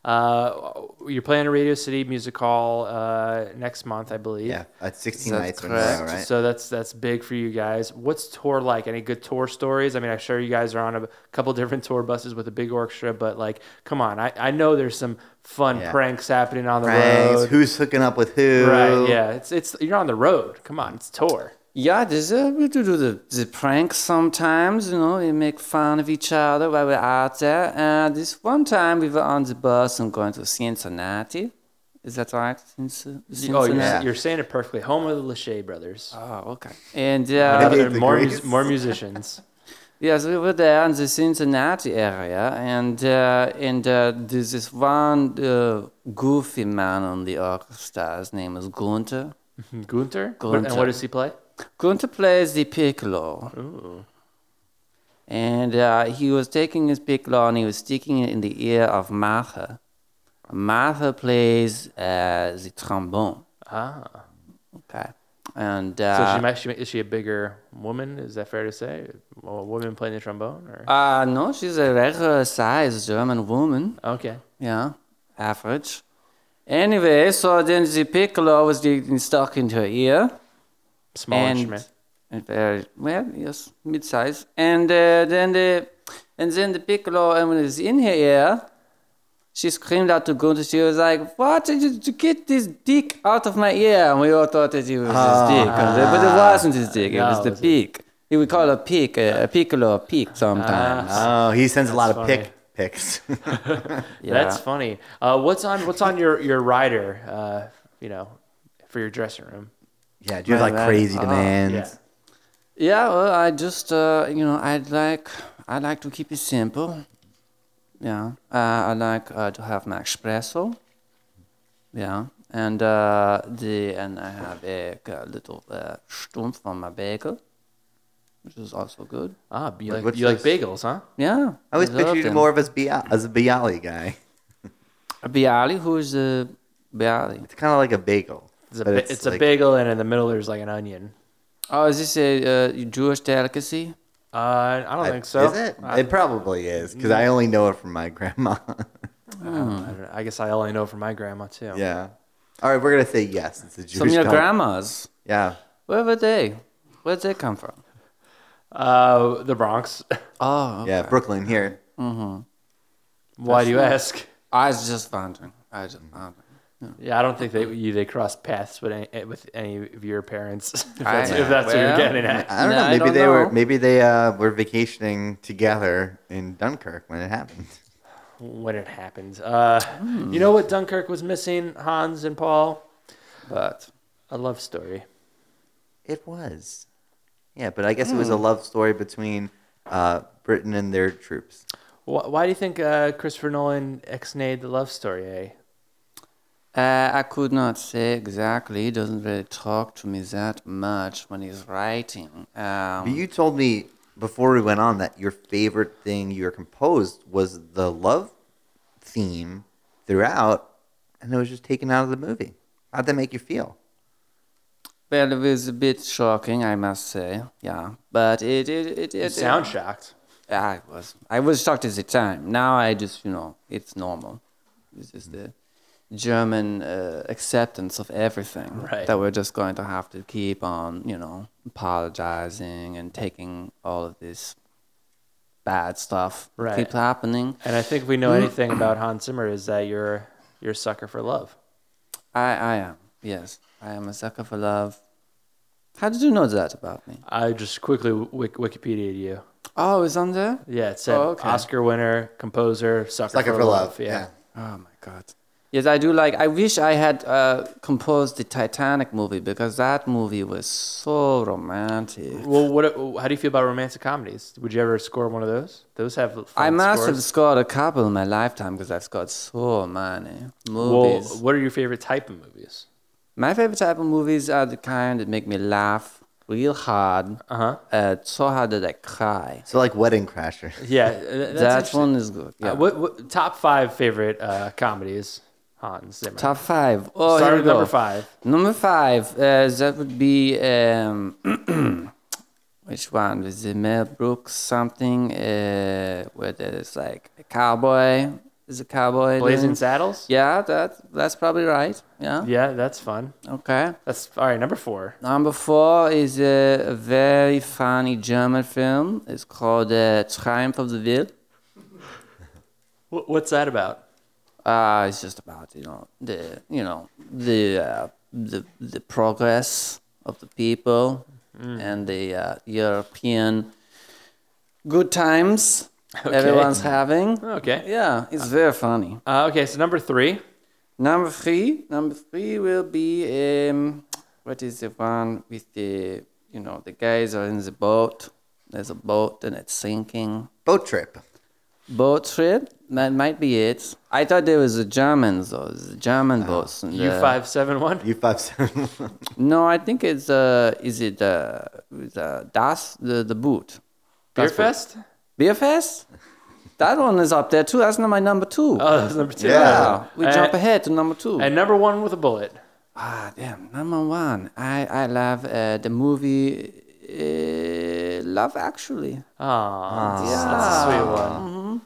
S1: Uh, you're playing a Radio City Music Hall uh, next month, I believe.
S2: Yeah, at 16
S8: That's
S2: nights in a row,
S8: correct.
S2: right?
S1: So that's that's big for you guys. What's tour like? Any good tour stories? I mean, I'm sure you guys are on a couple different tour buses with a big orchestra, but like, come on, I, I know there's some fun
S2: Yeah.
S1: pranks happening on the
S2: Pranks,
S1: road.
S2: who's hooking up with who?
S1: Right? Yeah, it's it's you're on the road. Come on, it's tour.
S8: Yeah, there's a, we do do the, the pranks sometimes, you know, we make fun of each other while we're out there. And this one time we were on the bus and going to Cincinnati. Is that right? Cinci-
S1: Oh,
S8: Cincinnati?
S1: you're,
S2: Yeah.
S1: you're saying it perfectly. Home of the Lachey brothers.
S8: Oh, okay. And uh,
S2: Maybe
S1: Other-
S2: the
S1: more,
S2: greatest.
S1: mus- more musicians.
S8: Yes, we were there in the Cincinnati area, and uh, and uh, there's this one uh, goofy man on the orchestra. His name is Gunther.
S1: Gunther? What- And
S8: Gunther.
S1: what does he play?
S8: Gunther plays the piccolo. And uh, he was taking his piccolo and he was sticking it in the ear of Martha. Martha plays uh, the trombone.
S1: Ah.
S8: Okay. And
S1: So
S8: uh,
S1: she might, she, is she a bigger woman? Is that fair to say? A woman playing the trombone? Or?
S8: uh, no, she's a regular sized German woman.
S1: okay.
S8: Yeah, average. Anyway, so then the piccolo was getting stuck in her ear.
S1: Small
S8: and,
S1: instrument.
S8: and, uh, well, yes, mid-size. And uh, then the and then the piccolo, and when it was in her ear, she screamed out to Gunther. She was like, "What did you to get this dick out of my ear?" And we all thought that it was his dick, but it wasn't his dick. It
S1: No,
S8: was
S1: it Ah.
S8: the
S1: was-
S8: pick. We call a pick a, a piccolo a pick sometimes.
S2: Oh, he sends a lot of
S1: funny.
S2: pick picks.
S8: yeah.
S1: That's funny. Uh, what's on What's on your your rider? Uh, you know, for your dressing room.
S2: yeah, do you have
S8: Right,
S2: like
S8: right.
S2: crazy
S1: Uh,
S8: Ah,
S2: demands?
S8: Yeah, well, I just uh, you know, I'd like I like to keep it simple. Yeah, uh, I like uh, to have my espresso. Yeah, and uh, the and I have a, uh, little uh, stump from my bagel, which is also good.
S1: Ah, you
S2: Like,
S1: like,
S2: what's
S1: you like
S2: this?
S1: bagels, huh?
S8: Yeah,
S2: I always
S8: love
S2: pictured you
S8: them.
S2: more of as, Bia- as a Bialy guy.
S8: Bialy. Who is the Bialy?
S2: It's kind of like a bagel.
S1: It's a,
S2: but
S1: ba- it's a
S2: like-
S1: bagel, and in the middle there's like an onion.
S8: Oh, is this a uh, Jewish delicacy?
S1: Uh, I don't
S2: I-
S1: think so.
S2: Is it?
S1: I, Mm.
S2: it probably is because I only know it from my grandma.
S1: I don't know. I guess I only know from my grandma too.
S2: yeah. All right, we're gonna say yes. It's a Jewish
S8: From your
S2: country.
S8: grandmas.
S2: Yeah.
S8: Where were they? Where'd they come from?
S1: Uh, the Bronx.
S8: Oh,
S2: Yeah, Brooklyn here.
S1: Why do you ask?
S8: I was just wondering. I was just uh, wondering.
S1: Yeah, I don't think they you, they crossed paths with any, with any of your parents. If that's,
S8: I-
S1: if that's what you're
S8: well,
S1: getting at.
S2: I don't
S8: No,
S2: know.
S8: I
S2: Maybe
S8: don't
S2: they
S8: know.
S2: were. Maybe they uh, were vacationing together in Dunkirk when it happened.
S1: when it happened. Uh, You know what Dunkirk was missing, Hans and Paul?
S8: But
S1: A love story.
S2: It was. Yeah, but I guess it was
S1: Hmm.
S2: a love story between uh, Britain and their troops.
S1: Why, why do you think uh, Christopher Nolan ex-nayed the love story? Eh?
S8: uh, I could not say exactly. He doesn't really talk to me that much when he's writing. Um,
S2: But you told me before we went on that your favorite thing you composed was the love theme throughout, and it was just taken out of the movie. How'd that make you feel?
S8: well, it was a bit shocking, I must say. Yeah, but it it it, it,
S1: You
S8: it
S1: sound shocked.
S8: I was I was shocked at the time. Now I just you know it's normal. This is the German uh, acceptance of everything
S1: Right.
S8: that we're just going to have to keep on you know apologizing and taking all of this bad stuff
S1: Right.
S8: keeps happening.
S1: And I think if we know anything about Hans Zimmer is that you're you're a sucker for love.
S8: I I am yes I am a sucker for love. How did you know that about me?
S1: I just quickly wik- Wikipedia you.
S8: Oh, it's on there.
S1: Yeah, it said
S8: Oh, okay.
S1: Oscar winner, composer, sucker,
S2: Sucker
S1: for,
S2: for
S1: love.
S2: Love,
S1: Yeah.
S2: yeah.
S8: Oh my god. Yes, I do like. I wish I had uh, composed the Titanic movie because that movie was so romantic.
S1: Well, what? How do you feel about romantic comedies? Would you ever score one of those? Those have. Fun
S8: I must
S1: scores.
S8: have scored a couple in my lifetime because I've scored so many
S1: Well,
S8: movies.
S1: what are your favorite type of movies?
S8: my favorite type of movies are the kind that make me laugh real hard,
S1: Uh-huh.
S8: uh, so hard that I cry.
S2: So like Wedding Crasher.
S1: Yeah, uh, that's
S8: that
S1: interesting.
S8: one is good. Yeah.
S1: Uh, what, what top five favorite uh, comedies? Hans Zimmer.
S8: Top five. Oh,
S1: Start
S8: here we
S1: with number
S8: go.
S1: five.
S8: Number five, uh, that would be um, which one? Was it Mel Brooks something? Uh, where there's like a cowboy. Is a cowboy?
S1: Blazing
S8: doing-
S1: Saddles.
S8: Yeah, that that's probably right. Yeah.
S1: Yeah, that's fun.
S8: Okay.
S1: That's all right. Number four.
S8: Number four is a very funny German film. It's called uh, Triumph of the Will.
S1: Wh- what's that about?
S8: Uh, it's just about you know the you know the uh, the the progress of the people and the uh, European good times everyone's having.
S1: Okay.
S8: Yeah, it's very funny.
S1: Uh, okay, so number three.
S8: Number three, number three will be um, what is the one with the you know the guys are in the boat. There's a boat and it's sinking.
S2: Boat trip.
S8: Boat trip? That might be it. I thought there was a Germans though. It's a German boats. and,
S1: Oh, U
S8: uh,
S1: five seven one.
S2: U five seven one.
S8: No, I think it's uh, is it uh, the das the the boot
S1: Beer
S8: That's what-
S1: Fest.
S8: beer fest? That one is up there too. That's not my number two.
S1: Oh, that's number two.
S8: yeah, we
S1: And-
S8: jump ahead to number two.
S1: And number one with a bullet.
S8: ah, damn, number one. I I love uh, the movie uh, Love Actually.
S1: Aw, that's, that's a sweet one.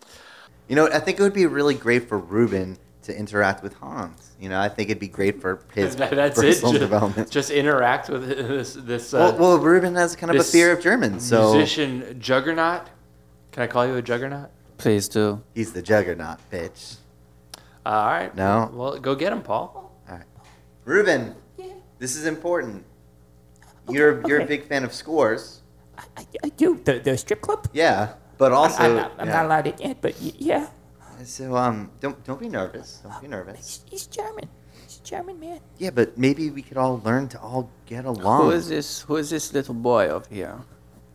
S2: You know, I think it would be really great for Ruben to interact with Hans. You know, I think it'd be great for his
S1: That- that's it.
S2: personal
S1: Ju- Just,
S2: development.
S1: interact with this this uh,
S2: well, well, Ruben has kind of a
S1: this
S2: fear of Germans, so
S1: musician juggernaut. Can I call you a juggernaut?
S8: Please do.
S2: he's the juggernaut, bitch.
S1: Uh, all right.
S2: No.
S1: Well, go get him, Paul.
S2: Ruben, this is important. you're you're a big fan of scores,
S9: I, I do the the strip club.
S2: yeah, but also
S9: I'm, not, I'm
S2: yeah.
S9: not allowed in yet, but y- yeah,
S2: So um, don't don't be nervous. Don't be nervous.
S9: he's, he's German. He's a German man.
S2: Yeah, but maybe we could all learn to all get along.
S8: Who is this? Who is this little boy over here?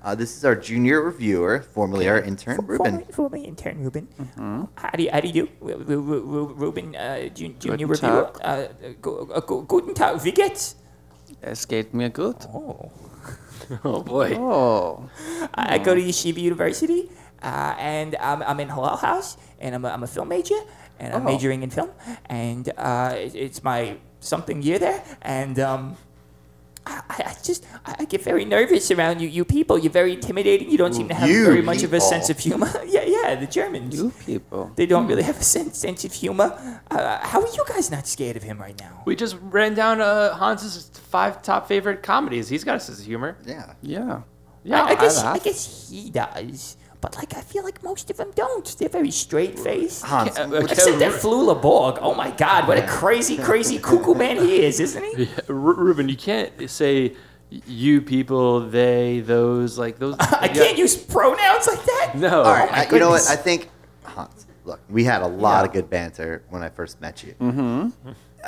S2: Uh, this is our junior reviewer, formerly our intern, Ruben.
S9: Former, former intern Ruben. How do you, how do you do? Ru- Ru- Ru- Ru- Ruben, uh, jun- junior
S8: Guten
S9: reviewer.
S8: Tag.
S9: Uh, uh, gu- uh, gu- guten Tag, wie geht's?
S8: Escaped me a good.
S9: Oh.
S1: Oh boy.
S8: Oh,
S9: I I go to Yeshiva University, uh, and I'm, I'm in Hillel House, and I'm a, I'm a film major, and I'm majoring in film, and uh, it, it's my something year there, and um, I, I I just I I get very nervous around you, you people. You're very intimidating. You don't seem to have
S2: You
S9: very much of a
S2: people.
S9: sense of humor. yeah, yeah.
S3: yeah, the Germans.
S8: You people.
S3: They don't really have a sense, sense of humor. Uh, how are you guys not scared of him right now?
S1: We just ran down uh, Hans's five top favorite comedies. He's got a sense of humor.
S2: Yeah.
S8: Yeah.
S1: Yeah,
S3: I, I guess I,
S8: laugh.
S3: guess he does, but like I feel like most of them don't. They're very straight faced.
S2: Hans,
S1: Uh,
S2: what-
S3: Except
S1: Ru-
S3: that Flula Borg. Oh my God, what a crazy, crazy cuckoo man he is, isn't he?
S1: Ru- Ruben, you can't say you people, they, those, like those.
S3: I can't use pronouns like that.
S1: No.
S2: all right.
S3: my
S2: I- you know what?
S3: goodness.
S2: I think Hans. Look, we had a lot of good banter when I first met you. Mm-hmm.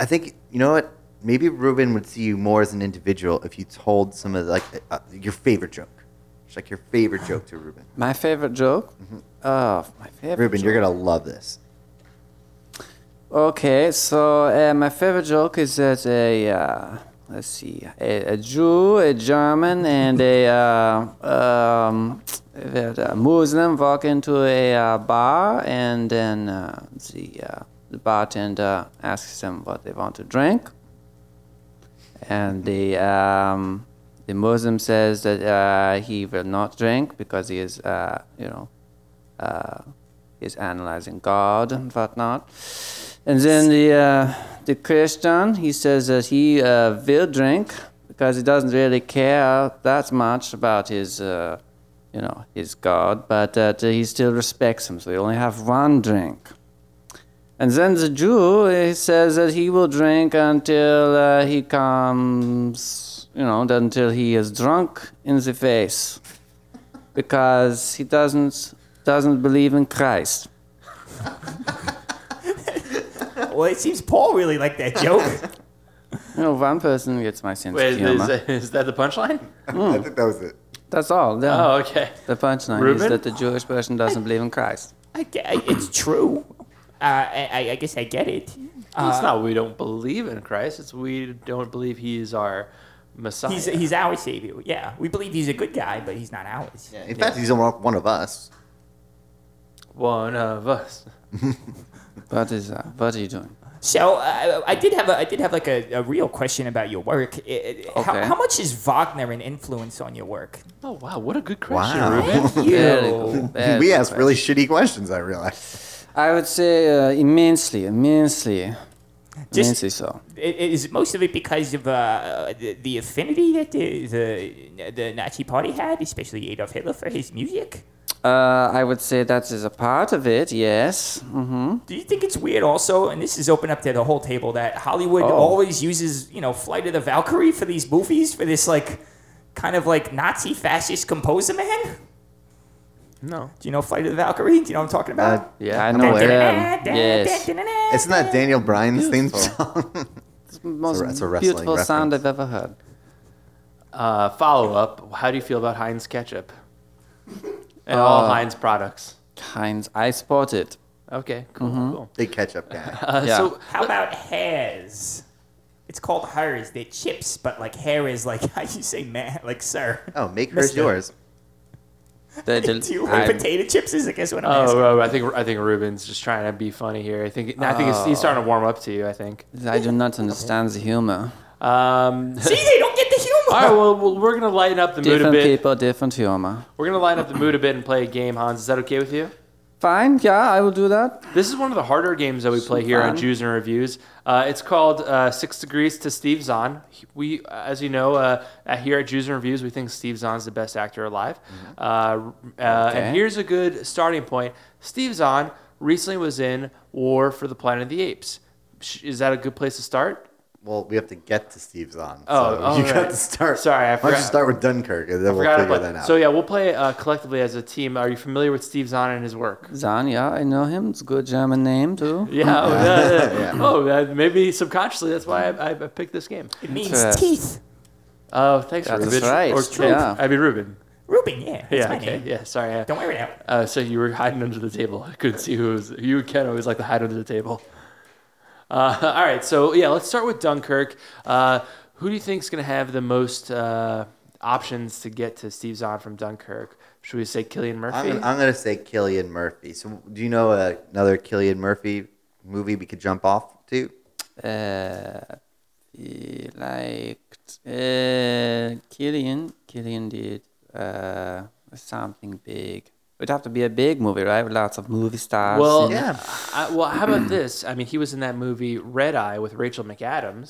S2: I think you know what? Maybe Ruben would see you more as an individual if you told some of the, like uh, your favorite joke. It's like your favorite joke to Ruben.
S8: My favorite joke?
S3: Mm-hmm.
S8: Oh, my favorite
S2: Ruben, you're
S8: joke.
S2: gonna love this.
S8: Okay, so uh, my favorite joke is that a uh, let's see, a, a Jew, a German, and a uh, um, that, uh, Muslim walk into a uh, bar, and then uh, the uh, the bartender asks them what they want to drink, and the um, the Muslim says that uh, he will not drink because he is uh, you know uh, is analyzing God and whatnot. And then the uh, the Christian he says that he uh, will drink because he doesn't really care that much about his uh, you know his God, but that he still respects him. So he only have one drink. And then the Jew he says that he will drink until uh, he comes, you know, until he is drunk in the face, because he doesn't doesn't believe in Christ.
S3: Well, it seems Paul really liked that joke.
S8: You know, one person gets my sense
S1: Wait,
S8: of
S1: is,
S8: humor.
S1: is, is that the punchline?
S2: I think that was it.
S8: That's all. yeah.
S1: Oh, okay.
S8: The punchline is
S1: Reuben?
S8: that the Jewish person doesn't believe in Christ.
S3: I ge- I- it's true. Uh, I, I- I guess I get it.
S1: Well, it's not we don't believe in Christ. It's we don't believe he is our Messiah.
S3: He's he's our savior. Yeah, we believe he's a good guy, but he's not ours.
S2: In fact, he's one one of us.
S1: one of us.
S8: What is that? What are you doing?
S3: So uh, I did have a, I did have like a, a real question about your work. It- it- how,
S8: Okay.
S3: how much is Wagner an influence on your work?
S1: Oh, wow. What a good question,
S2: Wow.
S1: Ruben.
S8: Very good, very
S2: we
S8: good
S2: asked really
S8: question.
S2: shitty questions. I realized.
S8: I would say uh, immensely, immensely,
S3: Just-
S8: immensely so.
S3: I- Is most of it because of uh, the, the affinity that the, the the Nazi Party had, especially Adolf Hitler, for his music?
S8: Uh, I would say that is a part of it. Yes. hmm
S3: Do you think it's weird also, and this is open up to the whole table, that Hollywood
S8: Oh.
S3: always uses, you know, Flight of the Valkyrie for these movies, for this, like, kind of like Nazi fascist composer man?
S1: No.
S3: Do you know Flight of the Valkyrie? Do you know what I'm talking about?
S2: Uh,
S8: Yeah, I know it. um, yes.
S2: Isn't that Daniel Bryan's theme song?
S8: Most
S2: it's a wrestling
S8: beautiful sound
S2: reference.
S8: I've ever heard.
S1: Uh, follow up. How do you feel about Heinz ketchup and all
S8: Uh,
S1: Heinz products?
S8: Heinz, I spot it.
S1: Okay, cool, cool.
S2: Big ketchup guy.
S1: Uh,
S8: yeah.
S1: So
S3: How about hairs? It's called hairs. They're chips, but like hair is like how you say man, like sir.
S2: Oh, make hers
S3: Mister.
S2: yours.
S8: The- the-
S3: Do you
S8: I-
S3: like potato chips? Is I guess what I'm asking.
S1: Oh, oh, I think I think Ruben's just trying to be funny here. I think I think he's, he's starting to warm up to you. I think.
S8: I do not understand the humor.
S1: Um,
S3: See, they don't get the humor.
S1: all right, well, well, we're gonna lighten up the mood a
S8: Different
S1: bit.
S8: people, different humor.
S1: We're gonna lighten up the mood a bit and play a game, Hans. Is that okay with you?
S8: Fine. Yeah, I will do that.
S1: This is one of the harder games that we play here on
S8: fun.
S1: Jews and Reviews. Uh, it's called uh, Six Degrees to Steve Zahn. He- We, as you know, uh, uh, here at Jews and Reviews, we think Steve Zahn's the best actor alive. Uh, uh,
S8: Mm-hmm. Okay.
S1: And here's a good starting point. Steve Zahn recently was in War for the Planet of the Apes. Sh- Is that a good place to start?
S2: Well, we have to get to Steve's on.
S1: Oh,
S2: so
S1: all
S2: you
S1: right.
S2: got to start.
S1: Sorry,
S2: Why
S1: I
S2: don't
S1: forgot-
S2: you start with Dunkirk, and then we'll
S1: Forgot to
S2: figure
S1: play-
S2: that out.
S1: So yeah, we'll play uh, collectively as a team. Are you familiar with Steve Zahn and his work?
S8: Zan, yeah, I know him. It's a good German name too.
S1: Yeah. Oh, yeah, yeah. Oh, uh, maybe subconsciously that's why I, I I picked this game.
S3: It means
S8: Interest.
S3: teeth.
S1: Oh, thanks,
S8: That's
S1: Ruben.
S8: right.
S1: Or
S8: It's
S1: Truth.
S8: yeah.
S1: I mean, Ruben.
S3: Ruben, yeah. That's
S1: Yeah.
S3: my
S1: Okay.
S3: name.
S1: Yeah. Sorry. I-
S3: Don't wear it out.
S1: Uh, so you were hiding under the table. I couldn't see who was. You and Ken always like to hide under the table. Uh, all right. So yeah, let's start with Dunkirk. Uh, who do you think's going to have the most uh, options to get to Steve Zahn from Dunkirk? Should we say Killian
S2: I'm,
S1: Murphy?
S2: gonna- I'm going to say Killian Murphy. So, do you know uh, another Killian Murphy movie we could jump off to?
S8: Uh, he liked uh, Killian. Killian did uh, something big. It'd have to be a big movie, right? With lots of movie stars.
S1: Well,
S8: and-
S2: Yeah.
S1: I, well, how about this? I mean, he was in that movie Red Eye with Rachel McAdams.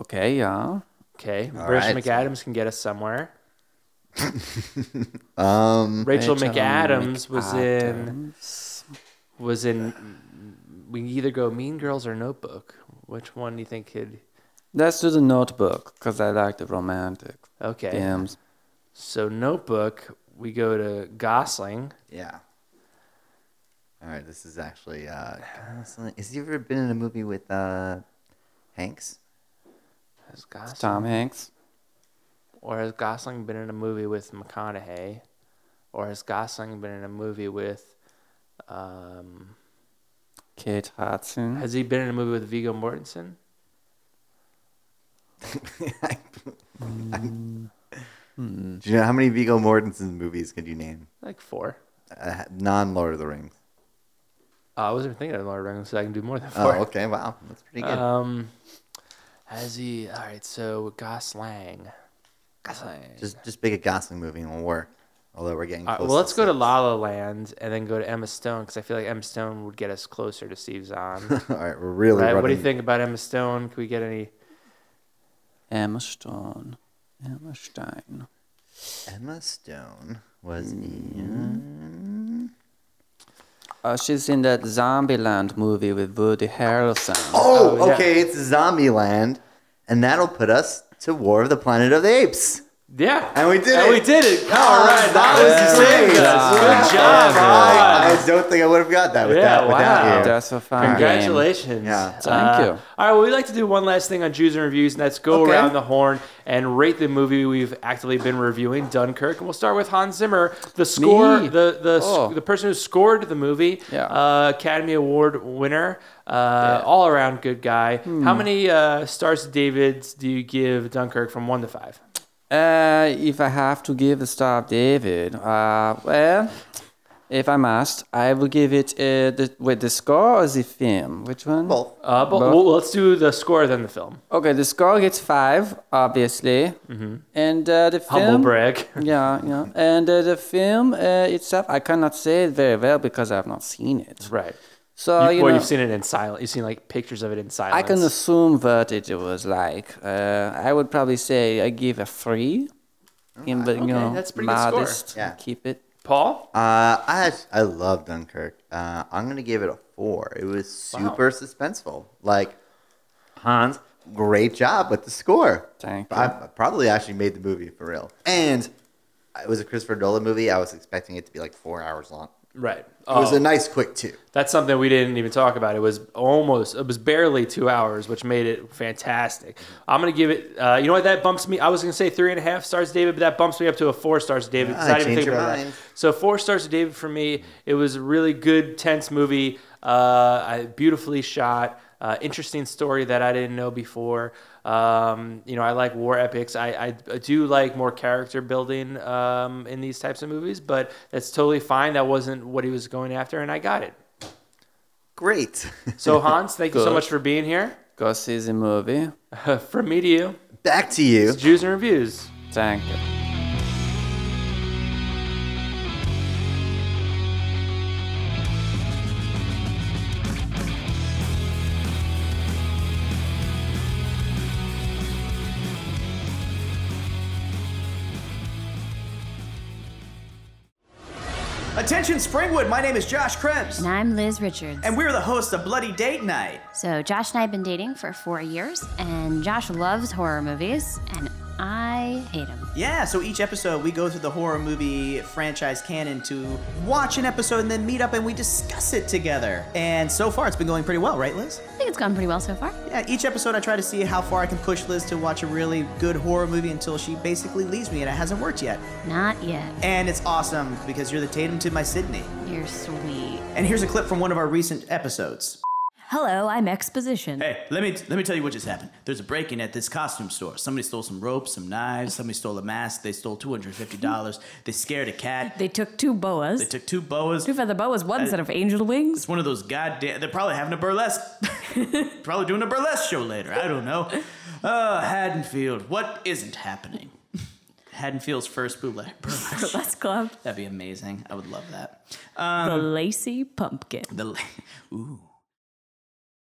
S8: okay, yeah.
S1: Okay,
S2: All
S1: Rachel
S2: right.
S1: McAdams can get us somewhere.
S2: Um,
S1: Rachel,
S8: Rachel
S1: McAdams, was in was in. We can either go Mean Girls or Notebook. Which one do you think could?
S8: Let's do the Notebook because I like the romantic
S1: Okay,
S8: films.
S1: so Notebook. We go to Gosling.
S2: yeah. All right, this is actually. Uh, Gosling- has he ever been in a movie with uh, Hanks?
S1: Has Gosling,
S8: Tom Hanks.
S1: Or has Gosling been in a movie with McConaughey? Or has Gosling been in a movie with? Um,
S8: Kate Hudson.
S1: has he been in a movie with Vigo Mortensen?
S2: I- Do you know how many Viggo Mortensen movies could you name?
S1: Like four.
S2: Uh, non Lord of the Rings.
S1: Uh, I wasn't even thinking of Lord of the Rings, so I can do more than
S2: Oh,
S1: four.
S2: okay. Wow, that's pretty good.
S1: Um, has he? All right, so Gosling. Gosling.
S2: just just pick a Gosling movie and we'll work. Although we're getting
S1: All
S2: close.
S1: right, Uh, well, let's go to
S2: six.
S1: La La Land and then go to Emma Stone because I feel like Emma Stone would get us closer to Steve Zahn.
S2: All right, we're really.
S1: right?
S2: Running.
S1: What do you think about Emma Stone? Can we get any?
S8: Emma Stone. Emma Stein.
S2: Emma Stone was
S8: Uh, she's in that Zombieland movie with Woody Harrelson.
S2: Oh, okay. It's Zombieland, and that'll put us to War of the Planet of the Apes.
S1: Yeah,
S2: And we did
S1: and
S2: it.
S1: we did it. All right, that
S2: was
S1: was
S2: great.
S1: great. Good job.
S2: I, I don't think I would have got that without,
S1: Yeah, wow.
S2: without you.
S8: That's a fun
S1: Congratulations. Uh,
S2: Yeah.
S8: Thank you.
S1: All right, well, we'd like to do one last thing on Jews and Reviews, and that's go
S8: Okay.
S1: around the horn and rate the movie we've actively been reviewing, Dunkirk. And we'll start with Hans Zimmer, the score,
S8: Me.
S1: the the, sc-
S8: Oh.
S1: the person who scored the movie,
S8: Yeah.
S1: uh, Academy Award winner, uh, all around good guy.
S8: Hmm.
S1: How many uh, stars to David's do you give Dunkirk from one to five?
S8: Uh, if I have to give a star of David, uh, well, if I must, I will give it uh, the, with the score or the film. Which one?
S2: Both.
S1: Uh, but
S8: Both.
S1: well, let's do the score then the film.
S8: Okay, the score gets five, obviously, and uh, the film.
S1: Mm-hmm. Humble brag.
S8: Yeah, yeah, and uh, the film uh, itself, I cannot say it very well because I have not seen it.
S1: right.
S8: So
S1: you,
S8: Uh, you
S1: well,
S8: know,
S1: you've seen it in silence. You've seen like pictures of it in silence.
S8: I can assume what it was like. Uh, I would probably say I give a three. in, but, you
S1: Okay,
S8: know,
S1: that's pretty good score.
S8: modest.
S2: Yeah.
S8: Keep it.
S1: Paul.
S2: Uh, I act- I love Dunkirk. Uh, I'm gonna give it a four. It was super suspenseful. Like Hans, great job with the score.
S8: Thank
S2: I probably actually made the movie for real. And it was a Christopher Nolan movie. I was expecting it to be like four hours long.
S1: Right.
S2: It was
S1: Oh,
S2: a nice quick two.
S1: that's something we didn't even talk about. It was almost, it was barely two hours, which made it fantastic. I'm gonna give it. Uh, you know what? That bumps me. I was gonna say three and a half stars, David, but that bumps me up to a four stars, David. 'cause
S2: Ah,
S1: I didn't
S2: change
S1: think
S2: your
S1: about that.
S2: mind.
S1: So four stars to David for me. It was a really good, tense movie. Uh, I- beautifully shot. Uh, interesting story that I didn't know before. Um, you know, I like war epics. I, I, I do like more character building um, in these types of movies, but that's totally fine. That wasn't what he was going after, and I got it.
S2: Great.
S1: So Hans, thank you so
S8: Good.
S1: much for being here.
S8: Go see the movie.
S1: From me to you,
S2: Back to you.
S1: it's Jews and Reviews.
S8: Thank you.
S3: Attention Springwood, my name is Josh Krebs.
S10: And I'm Liz Richards.
S3: And we're the hosts of Bloody Date Night.
S10: so Josh and I have been dating for four years, and Josh loves horror movies, and I hate him.
S3: Yeah, so each episode we go through the horror movie franchise canon to watch an episode and then meet up and we discuss it together. And so far it's been going pretty well, right, Liz?
S10: I think it's gone pretty well so far.
S3: Yeah, each episode I try to see how far I can push Liz to watch a really good horror movie until she basically leaves me and it hasn't worked yet.
S10: Not yet.
S3: And it's awesome because you're the Tatum to my Sydney.
S10: You're sweet.
S3: And here's a clip from one of our recent episodes.
S10: Hello, I'm Exposition.
S3: Hey, let me let me tell you what just happened. There's a break-in at this costume store. Somebody stole some ropes, some knives. Somebody stole a mask. They stole two hundred fifty dollars. They scared a cat.
S10: They took two boas.
S3: They took two boas.
S10: two feather boas, one set of angel wings.
S3: It's one of those goddamn. They're probably having a burlesque. probably doing a Uh, burlesque show later. I don't know. Oh, Haddonfield, what isn't happening? Head and Feels first bootleg burlesque
S6: club.
S3: That'd be amazing. I would love that. Um,
S6: the Lacey Pumpkin.
S3: The la- ooh.